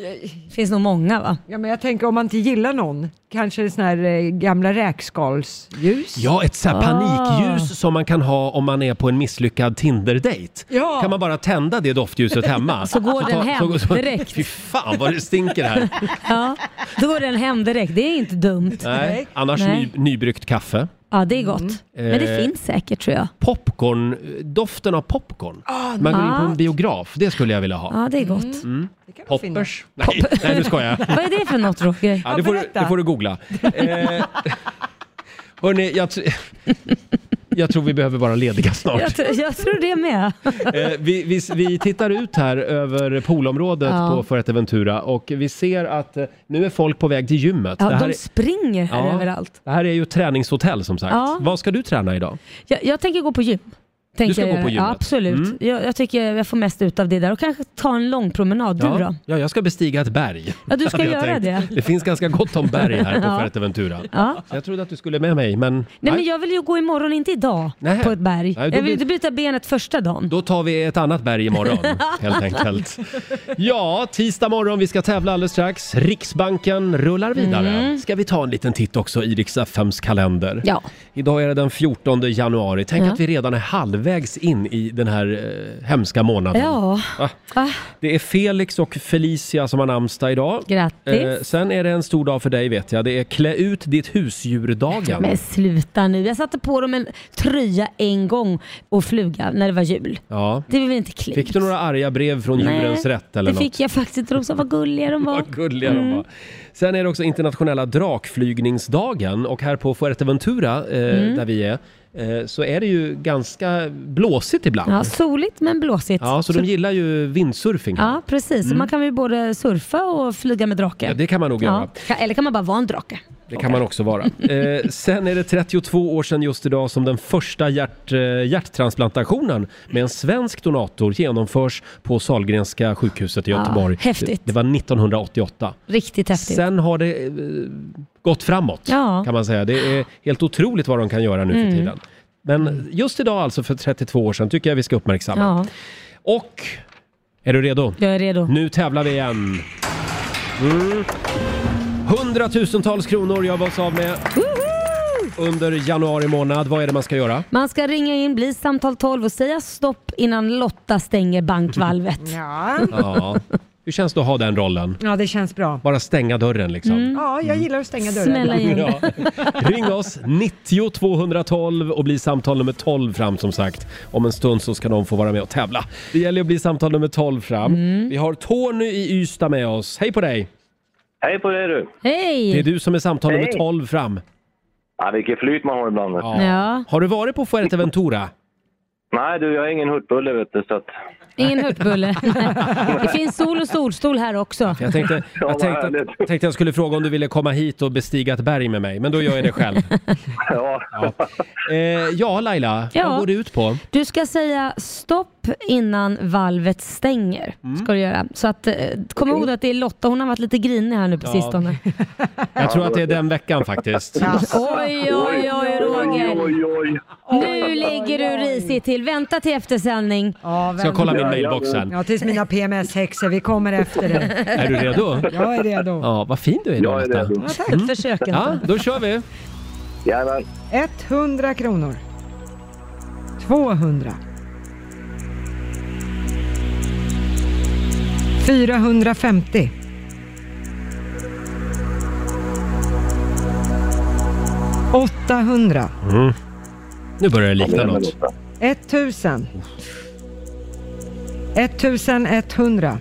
S2: finns nog många va?
S3: Ja, men jag tänker om man inte gillar någon, kanske sån här eh, gamla räkskalsljus?
S1: Ja, ett så här
S3: Ah.
S1: panikljus som man kan ha om man är på en misslyckad Tinder-date.
S3: Ja.
S1: Kan man bara tända det doftljuset hemma?
S2: Så går den
S1: ta-
S2: hem direkt.
S1: Fy fan vad det stinker här.
S2: Ja, då går den hem direkt. Det är inte dumt.
S1: Nej. Annars
S2: Nej.
S1: Ny, nybryggt kaffe.
S2: Ja, det är gott. Men det
S1: Eh,
S2: finns säkert tror jag.
S1: Popcorn, doften av popcorn. man går in på en
S2: Ah, nice. Ah,
S1: biograf, det skulle jag vilja ha.
S2: Ja, det är gott.
S1: Mm. Poppers? Nej, nej, nu ska jag.
S2: Vad är det för något Roger?
S1: Ja, det, får du, det får du googla. Eh, hörni, jag, tr- jag tror vi behöver vara lediga snart.
S2: Jag, tr- jag tror det med.
S1: Eh, vi, vi, vi tittar ut här över poolområdet
S2: Ja.
S1: på Fuerteventura och vi ser att eh, nu är folk på väg till gymmet.
S2: Ja,
S1: Det här
S2: de
S1: är-
S2: springer här
S1: Ja,
S2: överallt.
S1: Det här är ju ett träningshotell som sagt.
S2: Ja.
S1: Vad ska du träna idag?
S2: Jag, jag tänker gå på gym. Tänker
S1: ska
S2: jag
S1: gå
S2: göra.
S1: på gymmet?
S2: Ja, absolut.
S1: Mm.
S2: Jag, jag tycker jag får mest ut av det där och kanske ta en lång promenad. Du
S1: ja.
S2: då?
S1: Ja, jag ska bestiga ett berg.
S2: Ja, du ska
S1: hade jag
S2: göra
S1: tänkt.
S2: det.
S1: Det finns ganska gott om berg här på
S2: Ja.
S1: Fuerteventura.
S2: Ja.
S1: Så jag trodde att du skulle med mig, men...
S2: Nej, men jag vill ju gå imorgon, inte idag,
S1: Nej.
S2: på ett berg.
S1: Nej, då
S2: jag vill
S1: blir-
S2: inte bryta benet första dagen.
S1: Då tar vi ett annat berg imorgon, helt enkelt. Ja, tisdag morgon, vi ska tävla alldeles strax. Riksbanken rullar vidare. Ska vi ta en liten titt också i Rix FMs kalender?
S2: Mm. Ja.
S1: Idag är det den 14 januari. Tänk
S2: Ja.
S1: att vi redan är halvvägs in i den här eh, hemska månaden.
S2: Ja.
S1: Va?
S2: Va?
S1: Det är Felix och Felicia som har namnsdag idag. Eh,
S2: Grattis.
S1: sen är det en stor dag för dig vet jag. Det är klä ut ditt husdjur-dagen.
S2: Men sluta nu. Jag satte på dem en tröja en gång och fluga när det var jul.
S1: Ja.
S2: Det var väl inte klokt?
S1: Fick du några arga brev från
S2: Nej,
S1: Djurens Rätt eller
S2: det
S1: något?
S2: fick jag faktiskt inte. De sa vad gulliga de var.
S1: Vad gulliga de
S2: Mm.
S1: var. Sen är det också internationella drakflygningsdagen och här på Fuerteventura, eh,
S2: Mm.
S1: där vi är, eh, så är det ju ganska blåsigt ibland.
S2: Ja, soligt men blåsigt.
S1: Ja, så de gillar ju windsurfing. här.
S2: Ja, precis. Så
S1: Mm.
S2: man kan ju både surfa och flyga med drake.
S1: Ja, det kan man nog göra.
S2: Ka- Eller kan man bara vara en drake?
S1: Det kan man också vara. Eh, sen är det 32 år sedan just idag som den första hjärt, eh, hjärttransplantationen med en svensk donator genomförs på Sahlgrenska sjukhuset i
S2: Ja,
S1: Göteborg.
S2: Ah, häftigt.
S1: Det, det var 1988.
S2: Riktigt häftigt.
S1: Sen har det eh, gått framåt
S2: Ja.
S1: kan man säga. Det är helt otroligt vad de kan göra nu för
S2: Mm.
S1: tiden. Men just idag alltså för 32 år sedan tycker jag vi ska uppmärksamma.
S2: Ja,
S1: Och, är du redo?
S2: jag är redo.
S1: Nu tävlar vi igen. Mm. Hundratusentals kronor gör vi oss av med under januari månad. Vad är det man ska göra?
S2: Man ska ringa in, bli samtal 12 och säga stopp innan Lotta stänger bankvalvet.
S3: Ja.
S1: Ja. Hur känns det att ha den rollen?
S3: Ja, det känns bra.
S1: Bara stänga dörren liksom.
S3: Ja, jag gillar att stänga dörren.
S1: Smälla igen. Ja. Ring oss, 90 212 och bli samtal nummer 12 fram som sagt. Om en stund så ska de få vara med och tävla. Det gäller att bli samtal nummer 12 fram. Vi har Tony i Ystad med oss. Hej på dig!
S14: Hej på dig du!
S2: Hej!
S1: Det är du som är samtal nummer
S14: Hej.
S1: 12 fram.
S14: Ja, vilket flyt man har ibland.
S1: Ja. Har du varit på Fuerteventura?
S14: Nej du, jag är ingen hurtbulle vet du. Så att...
S2: Ingen hurtbulle. det finns sol och solstol här också.
S1: Jag tänkte, jag tänkte, att, tänkte jag skulle fråga om du ville komma hit och bestiga ett berg med mig, men då gör jag det själv.
S14: Ja.
S1: Eh, ja, Laila,
S2: Ja.
S1: vad går det ut på?
S2: Du ska säga stopp innan valvet stänger.
S1: Mm.
S2: Ska du göra. Så att, eh, kom ihåg att det är Lotta, hon har varit lite grinig här nu på
S1: Ja.
S2: sistone.
S1: Jag tror att det är den veckan faktiskt.
S2: Oj, oj, oj, Roger. Nu ligger du risigt till. Vänta till eftersändning.
S1: Ska jag kolla min mailbox sen?
S3: Ja, tills mina PMS-häxor, vi kommer efter det.
S1: Är du redo?
S3: Jag är redo.
S1: Ja, vad fin du är
S14: Jag är
S1: Lotta.
S14: redo.
S3: Ja, tack. Försök inte.
S1: Ja, då kör vi.
S14: Jajamän.
S3: 100 kronor. 200. 450. 800.
S1: Mm. Nu börjar det likna något.
S3: 1000. 1100.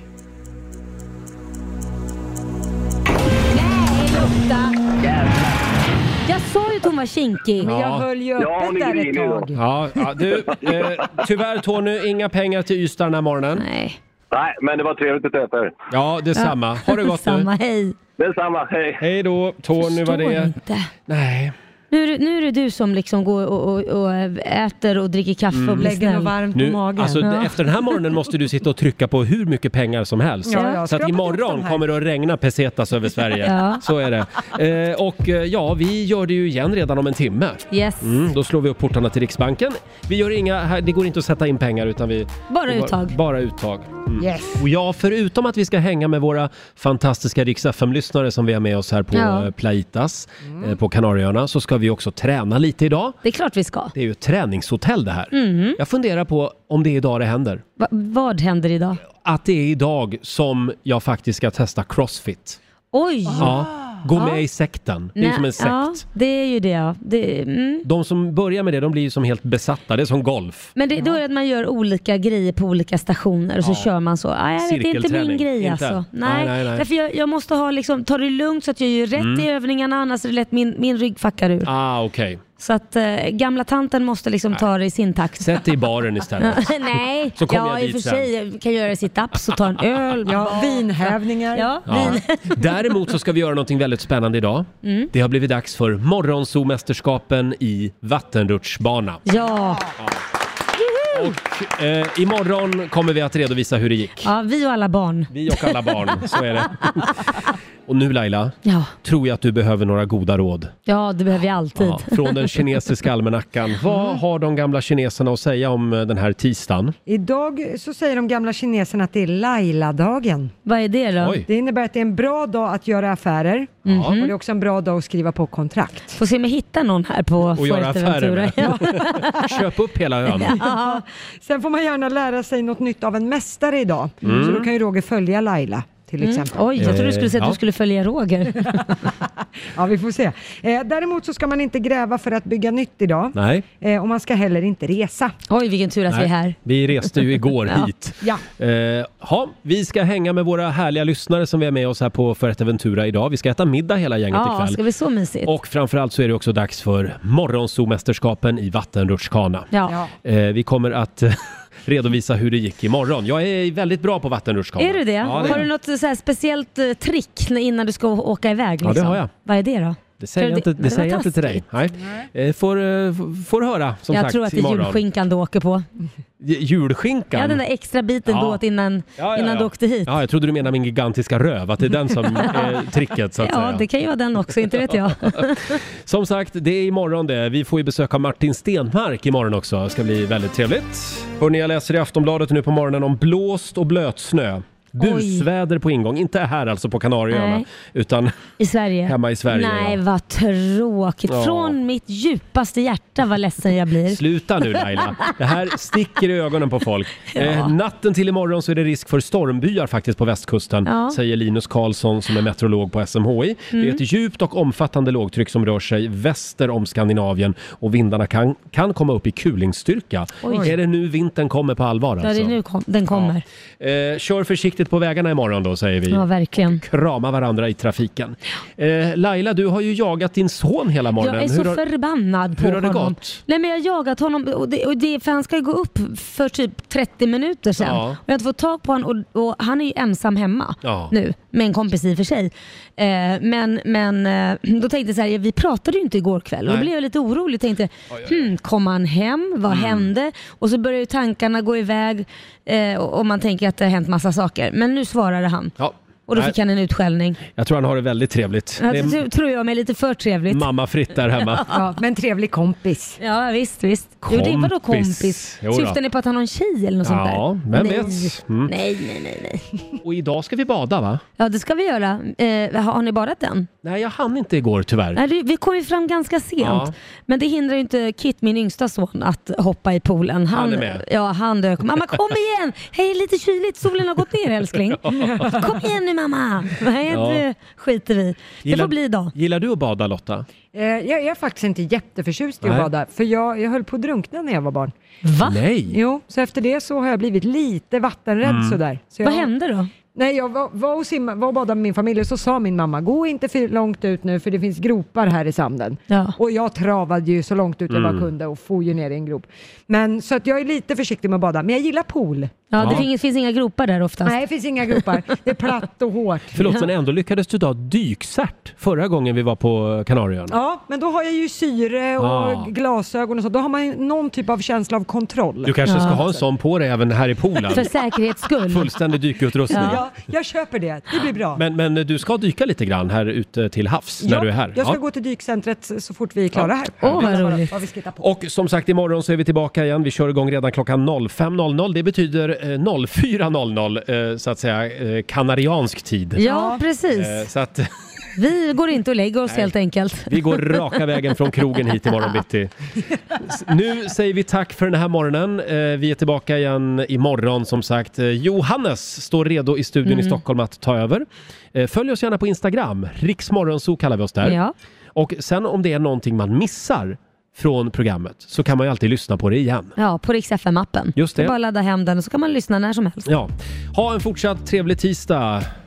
S2: Lotta. Jag sa ju att hon var kinkig.
S1: Men jag Ja. höll ju Ja,
S3: öppet där ett tag.
S1: Ja, ja, du, eh, tyvärr Tony, inga pengar till Ystad den här morgonen.
S2: Nej.
S14: Nej, men det var trevligt att träffa er.
S1: Ja, detsamma. Ha det gott nu.
S2: Samma, hej.
S14: Detsamma, hej.
S1: Hej då, Tony var
S2: Förstår
S1: det.
S2: inte.
S1: Nej.
S2: Nu, är det- nu är det du som liksom går och, och, och äter och dricker kaffe och
S1: Mm.
S2: blir snäll.
S1: Nu, alltså, Efter den här morgonen måste du sitta och trycka på hur mycket pengar som helst.
S2: Ja, jag har
S1: så att
S2: skrapat ihop
S1: imorgon
S2: de här.
S1: kommer det att regna pesetas över Sverige.
S2: Ja.
S1: Så är det. Eh, och eh, ja, vi gör det ju igen redan om en timme.
S2: Yes.
S1: Mm, då slår vi upp portarna till Riksbanken. Vi gör inga, här, det går inte att sätta in pengar utan vi...
S2: Bara
S1: vi
S2: uttag.
S1: Bara uttag. Mm.
S2: Yes.
S1: Och ja, förutom att vi ska hänga med våra fantastiska Rix FM-lyssnare som vi har med oss här på
S2: Ja. Mm.
S1: eh, Plaitas eh, på Kanarieöarna så ska vi också träna lite idag.
S2: Det är klart vi ska.
S1: Det är ju ett träningshotell det här.
S2: Mhm.
S1: Jag funderar på om det är idag det händer.
S2: Va, vad händer idag?
S1: Att det är idag som jag faktiskt ska testa crossfit.
S2: Oj!
S1: Ja, gå
S2: Ah. Ja.
S1: med i sekten. Det är ju
S2: Nej,
S1: som en sekt.
S2: Ja, det är ju det ja. Det, mm.
S1: De som börjar med det, de blir ju som helt besatta. Det är som golf.
S2: Men det, då är det att man gör olika grejer på olika stationer och så kör man så. Ah, jag vet, det är inte min
S1: Cirkelträning.
S2: grej
S1: Inte?
S2: alltså.
S1: Nej, nej, nej.
S2: Därför jag, jag måste ha liksom, ta det lugnt så att jag gör rätt
S1: Mm.
S2: i övningarna annars är det lätt min, min rygg fuckar ur.
S1: Ah, okej.
S2: Så att eh, gamla tanten måste liksom ta det i sin takt.
S1: Sätt dig i baren istället.
S2: Nej,
S1: Så kommer
S2: ja,
S1: jag
S2: i och
S1: dit
S2: för
S1: sen.
S2: sig. Jag kan göra sit-ups och ta en öl.
S3: Ja, vinhävningar.
S2: Ja,
S1: Ja.
S2: vin.
S1: Däremot så ska vi göra någonting väldigt spännande idag.
S2: Mm.
S1: Det har blivit dags för Morgonzoo-mästerskapen i vattenrutschbana.
S2: Ja.
S1: Och, eh, imorgon kommer vi att redovisa hur det gick.
S2: ja, vi och alla barn.
S1: Vi och alla barn, så är det. Och nu Laila,
S2: Ja,
S1: tror jag att du behöver några goda råd.
S2: ja det behöver jag alltid.
S1: Ja, från den kinesiska almanackan. Vad har de gamla kineserna att säga om eh, den här tisdagen?
S3: Idag så säger de gamla kineserna att det är Laila-dagen.
S2: Vad är det då?
S1: Oj.
S3: Det innebär att det är en bra dag att göra affärer
S2: Mhm.
S3: och det är också en bra dag att skriva på kontrakt.
S2: Får se om jag hittar någon här på
S1: Och göra affärer
S2: Fuerteventura.
S1: med.
S2: Ja.
S1: Köp upp hela ön.
S3: Ja. Sen får man gärna lära sig något nytt av en mästare idag.
S1: Mm.
S3: Så då kan ju Roger följa Laila till
S2: Mm.
S3: exempel.
S2: Oj, jag trodde du skulle säga att
S3: Eh,
S2: du skulle följa Roger.
S3: Ja, vi får se. Eh, däremot så ska man inte gräva för att bygga nytt idag.
S1: Nej.
S3: Eh, och man ska heller inte resa.
S2: Oj, vilken tur
S1: Nej, Vi reste ju igår
S3: Ja.
S1: hit.
S3: Ja.
S1: Eh, ha, vi ska hänga med våra härliga lyssnare som vi är med oss här på Fuerteventura idag. Vi ska äta middag hela gänget
S2: Ja,
S1: ikväll.
S2: ska bli så mysigt.
S1: Och framförallt så är det också dags för Morgonzoo-mästerskapen i vattenrutschkana.
S2: Ja.
S1: Eh, vi kommer att eh, redovisa hur det gick imorgon. Jag är väldigt bra på vattenrutschkana.
S2: Är du det?
S1: Ja, det,
S2: Har du något så här speciellt eh, trick när- innan du ska å- åka iväg?
S1: Ja, det
S2: Liksom?
S1: har jag.
S2: Vad är det då?
S1: det säger jag
S2: Tror
S1: inte,
S2: du men
S1: det
S2: var
S1: säger jag inte till dig.
S2: taskigt.
S1: Nej. Eh, får, eh, f- får höra som
S2: jag
S1: sagt
S2: tror att det är
S1: imorgon.
S2: julskinkan du åker på.
S1: J- Julskinkan?
S2: Ja, den där extra biten
S1: Ja.
S2: du åt innan,
S1: Ja, ja,
S2: innan
S1: ja.
S2: du åkte hit.
S1: Ja, jag trodde du menade min gigantiska röv, att det är den som är tricket så att
S2: ja,
S1: säga.
S2: det kan ju vara den också, inte vet jag.
S1: Som sagt, det är imorgon det. Vi får ju besöka Martin Stenmark imorgon också. Det ska bli väldigt trevligt. Hörrni, jag läser i Aftonbladet nu på morgonen om blåst och blötsnö. Busväder på ingång. Inte här alltså på Kanarieöarna,
S2: Nej.
S1: utan
S2: I Sverige?
S1: Hemma i Sverige,
S2: Nej,
S1: ja.
S2: vad tråkigt.
S1: Ja.
S2: Från mitt djupaste hjärta vad ledsen jag blir.
S1: Sluta nu Laila, det här sticker i ögonen på folk. Eh, natten till imorgon så är det risk för stormbyar faktiskt på västkusten,
S2: Ja.
S1: säger Linus Karlsson som är meteorolog på SMHI. Det är
S2: Mm.
S1: ett djupt och omfattande lågtryck som rör sig väster om Skandinavien och vindarna kan, kan komma upp i kulingstyrka.
S2: Oj.
S1: Är det nu vintern kommer på allvar
S2: Ja, det
S1: alltså?
S2: är nu kom, den kommer.
S1: Eh, kör försiktigt på vägarna imorgon då säger vi.
S2: Ja, verkligen.
S1: Krama varandra i trafiken. Eh, Laila, du har ju jagat din son hela morgonen.
S2: Jag är så
S1: Hur har-
S2: förbannad på
S1: hur har det
S2: honom.
S1: gått?
S2: Nej, men jag har jagat honom och det, och det, för han ska ju gå upp för typ 30 minuter sedan.
S1: Ja.
S2: Och jag har inte fått tag på honom och, och han är ju ensam hemma
S1: Ja.
S2: nu med en kompis i och för sig. Eh, men men eh, då tänkte jag så här, vi pratade ju inte igår kväll och då
S15: Nej.
S2: blev jag lite orolig. Tänkte, hmm, kom han hem? Vad
S15: Mm.
S2: hände? Och så börjar ju tankarna gå iväg eh, och, och man tänker att det har hänt massa saker. Men nu svarade han.
S1: Ja.
S2: Och då
S1: Nej.
S2: fick han en utskällning.
S1: Jag tror han har det väldigt trevligt.
S2: Ja,
S1: Det
S2: Det
S1: är
S2: tr- Alltså, tror jag mig lite för trevligt.
S1: mammafritt där hemma.
S2: Ja, men trevlig kompis. Ja, visst, visst. Jo, det var då
S1: Kompis.
S2: kompis?
S1: Jo då.
S2: Syftar ni på att han har en tjej eller något sånt där?
S1: Ja, vem
S2: nej.
S1: vet? Mm.
S2: Nej, nej, nej, nej.
S1: Och idag ska vi bada va?
S2: Ja, det ska vi göra. Eh, har har ni badat den?
S1: Nej, jag hann inte igår tyvärr.
S2: Nej, det- vi kom ju fram ganska sent.
S1: Ja.
S2: Men det hindrar ju inte Kit, min yngsta son, att hoppa i poolen.
S1: Han är med.
S2: Ja, han dök. Mamma kom igen! Hej, lite kyligt. Solen har gått ner älskling. Kom igen nu mamma! Nej,
S1: Ja.
S2: det skiter vi i. Det
S1: Gillar-
S2: får bli idag.
S1: Gillar du att bada Lotta?
S3: Eh, jag, jag är faktiskt inte jätteförtjust i att
S1: Nej.
S3: bada, för jag, jag höll på att drunkna när jag var barn.
S2: Va?
S1: Nej.
S3: Jo, så efter det så har jag blivit lite vattenrädd
S1: Mm.
S3: sådär. Så jag,
S2: Vad hände då?
S3: Nej, jag var, var, och simma, var och badade med min familj och så sa min mamma, gå inte för långt ut nu för det finns gropar här i sanden. Och jag travade ju så långt ut jag
S2: Mm.
S3: bara kunde och for ju ner i en grop. Men, så att jag är lite försiktig med att bada, men jag gillar pool.
S2: Ja, det finns, finns inga gropar där oftast.
S3: Nej, det finns inga gropar. Det är platt och hårt.
S1: Förlåt, men ändå lyckades du ta dykcert förra gången vi var på Kanarieöarna.
S3: Ja, men då har jag ju syre och
S1: Ah.
S3: glasögon och så. Då har man ju någon typ av känsla av kontroll.
S1: Du kanske ska ha en sån på dig även här i poolen.
S3: För säkerhets skull.
S1: Fullständig dykutrustning.
S3: Ja, jag köper det. Det blir bra.
S1: Men, men du ska dyka lite grann här ute till havs när du är här.
S3: Jag ska
S1: Ja.
S3: gå till dykcentret så fort vi är klara
S1: Ja.
S3: här.
S1: Åh, vad
S3: Jag bara-
S1: roligt.
S3: vad vi ska hitta på.
S1: Och som sagt, imorgon så är vi tillbaka igen. Vi kör igång redan klockan 05.00. Det betyder eh, 04.00, eh, så att säga, eh, kanariansk tid.
S2: Ja, precis.
S1: Eh, Så att
S2: Vi går inte och lägger oss
S1: Nej.
S2: helt enkelt.
S1: vi går raka vägen från krogen hit imorgon bitti. S- Nu säger vi tack för den här morgonen. Eh, Vi är tillbaka igen imorgon som sagt. Eh, Johannes står redo i studion i
S2: Mm.
S1: Stockholm att ta över. Eh, Följ oss gärna på Instagram. Riksmorgonso kallar vi oss där.
S2: Ja.
S1: Och sen om det är någonting man missar från programmet så kan man ju alltid lyssna på det igen.
S2: Ja, på Rix FM-appen.
S1: Just det.
S2: Bara ladda hem den och så kan man lyssna när som helst.
S1: Ja. Ha en fortsatt trevlig tisdag.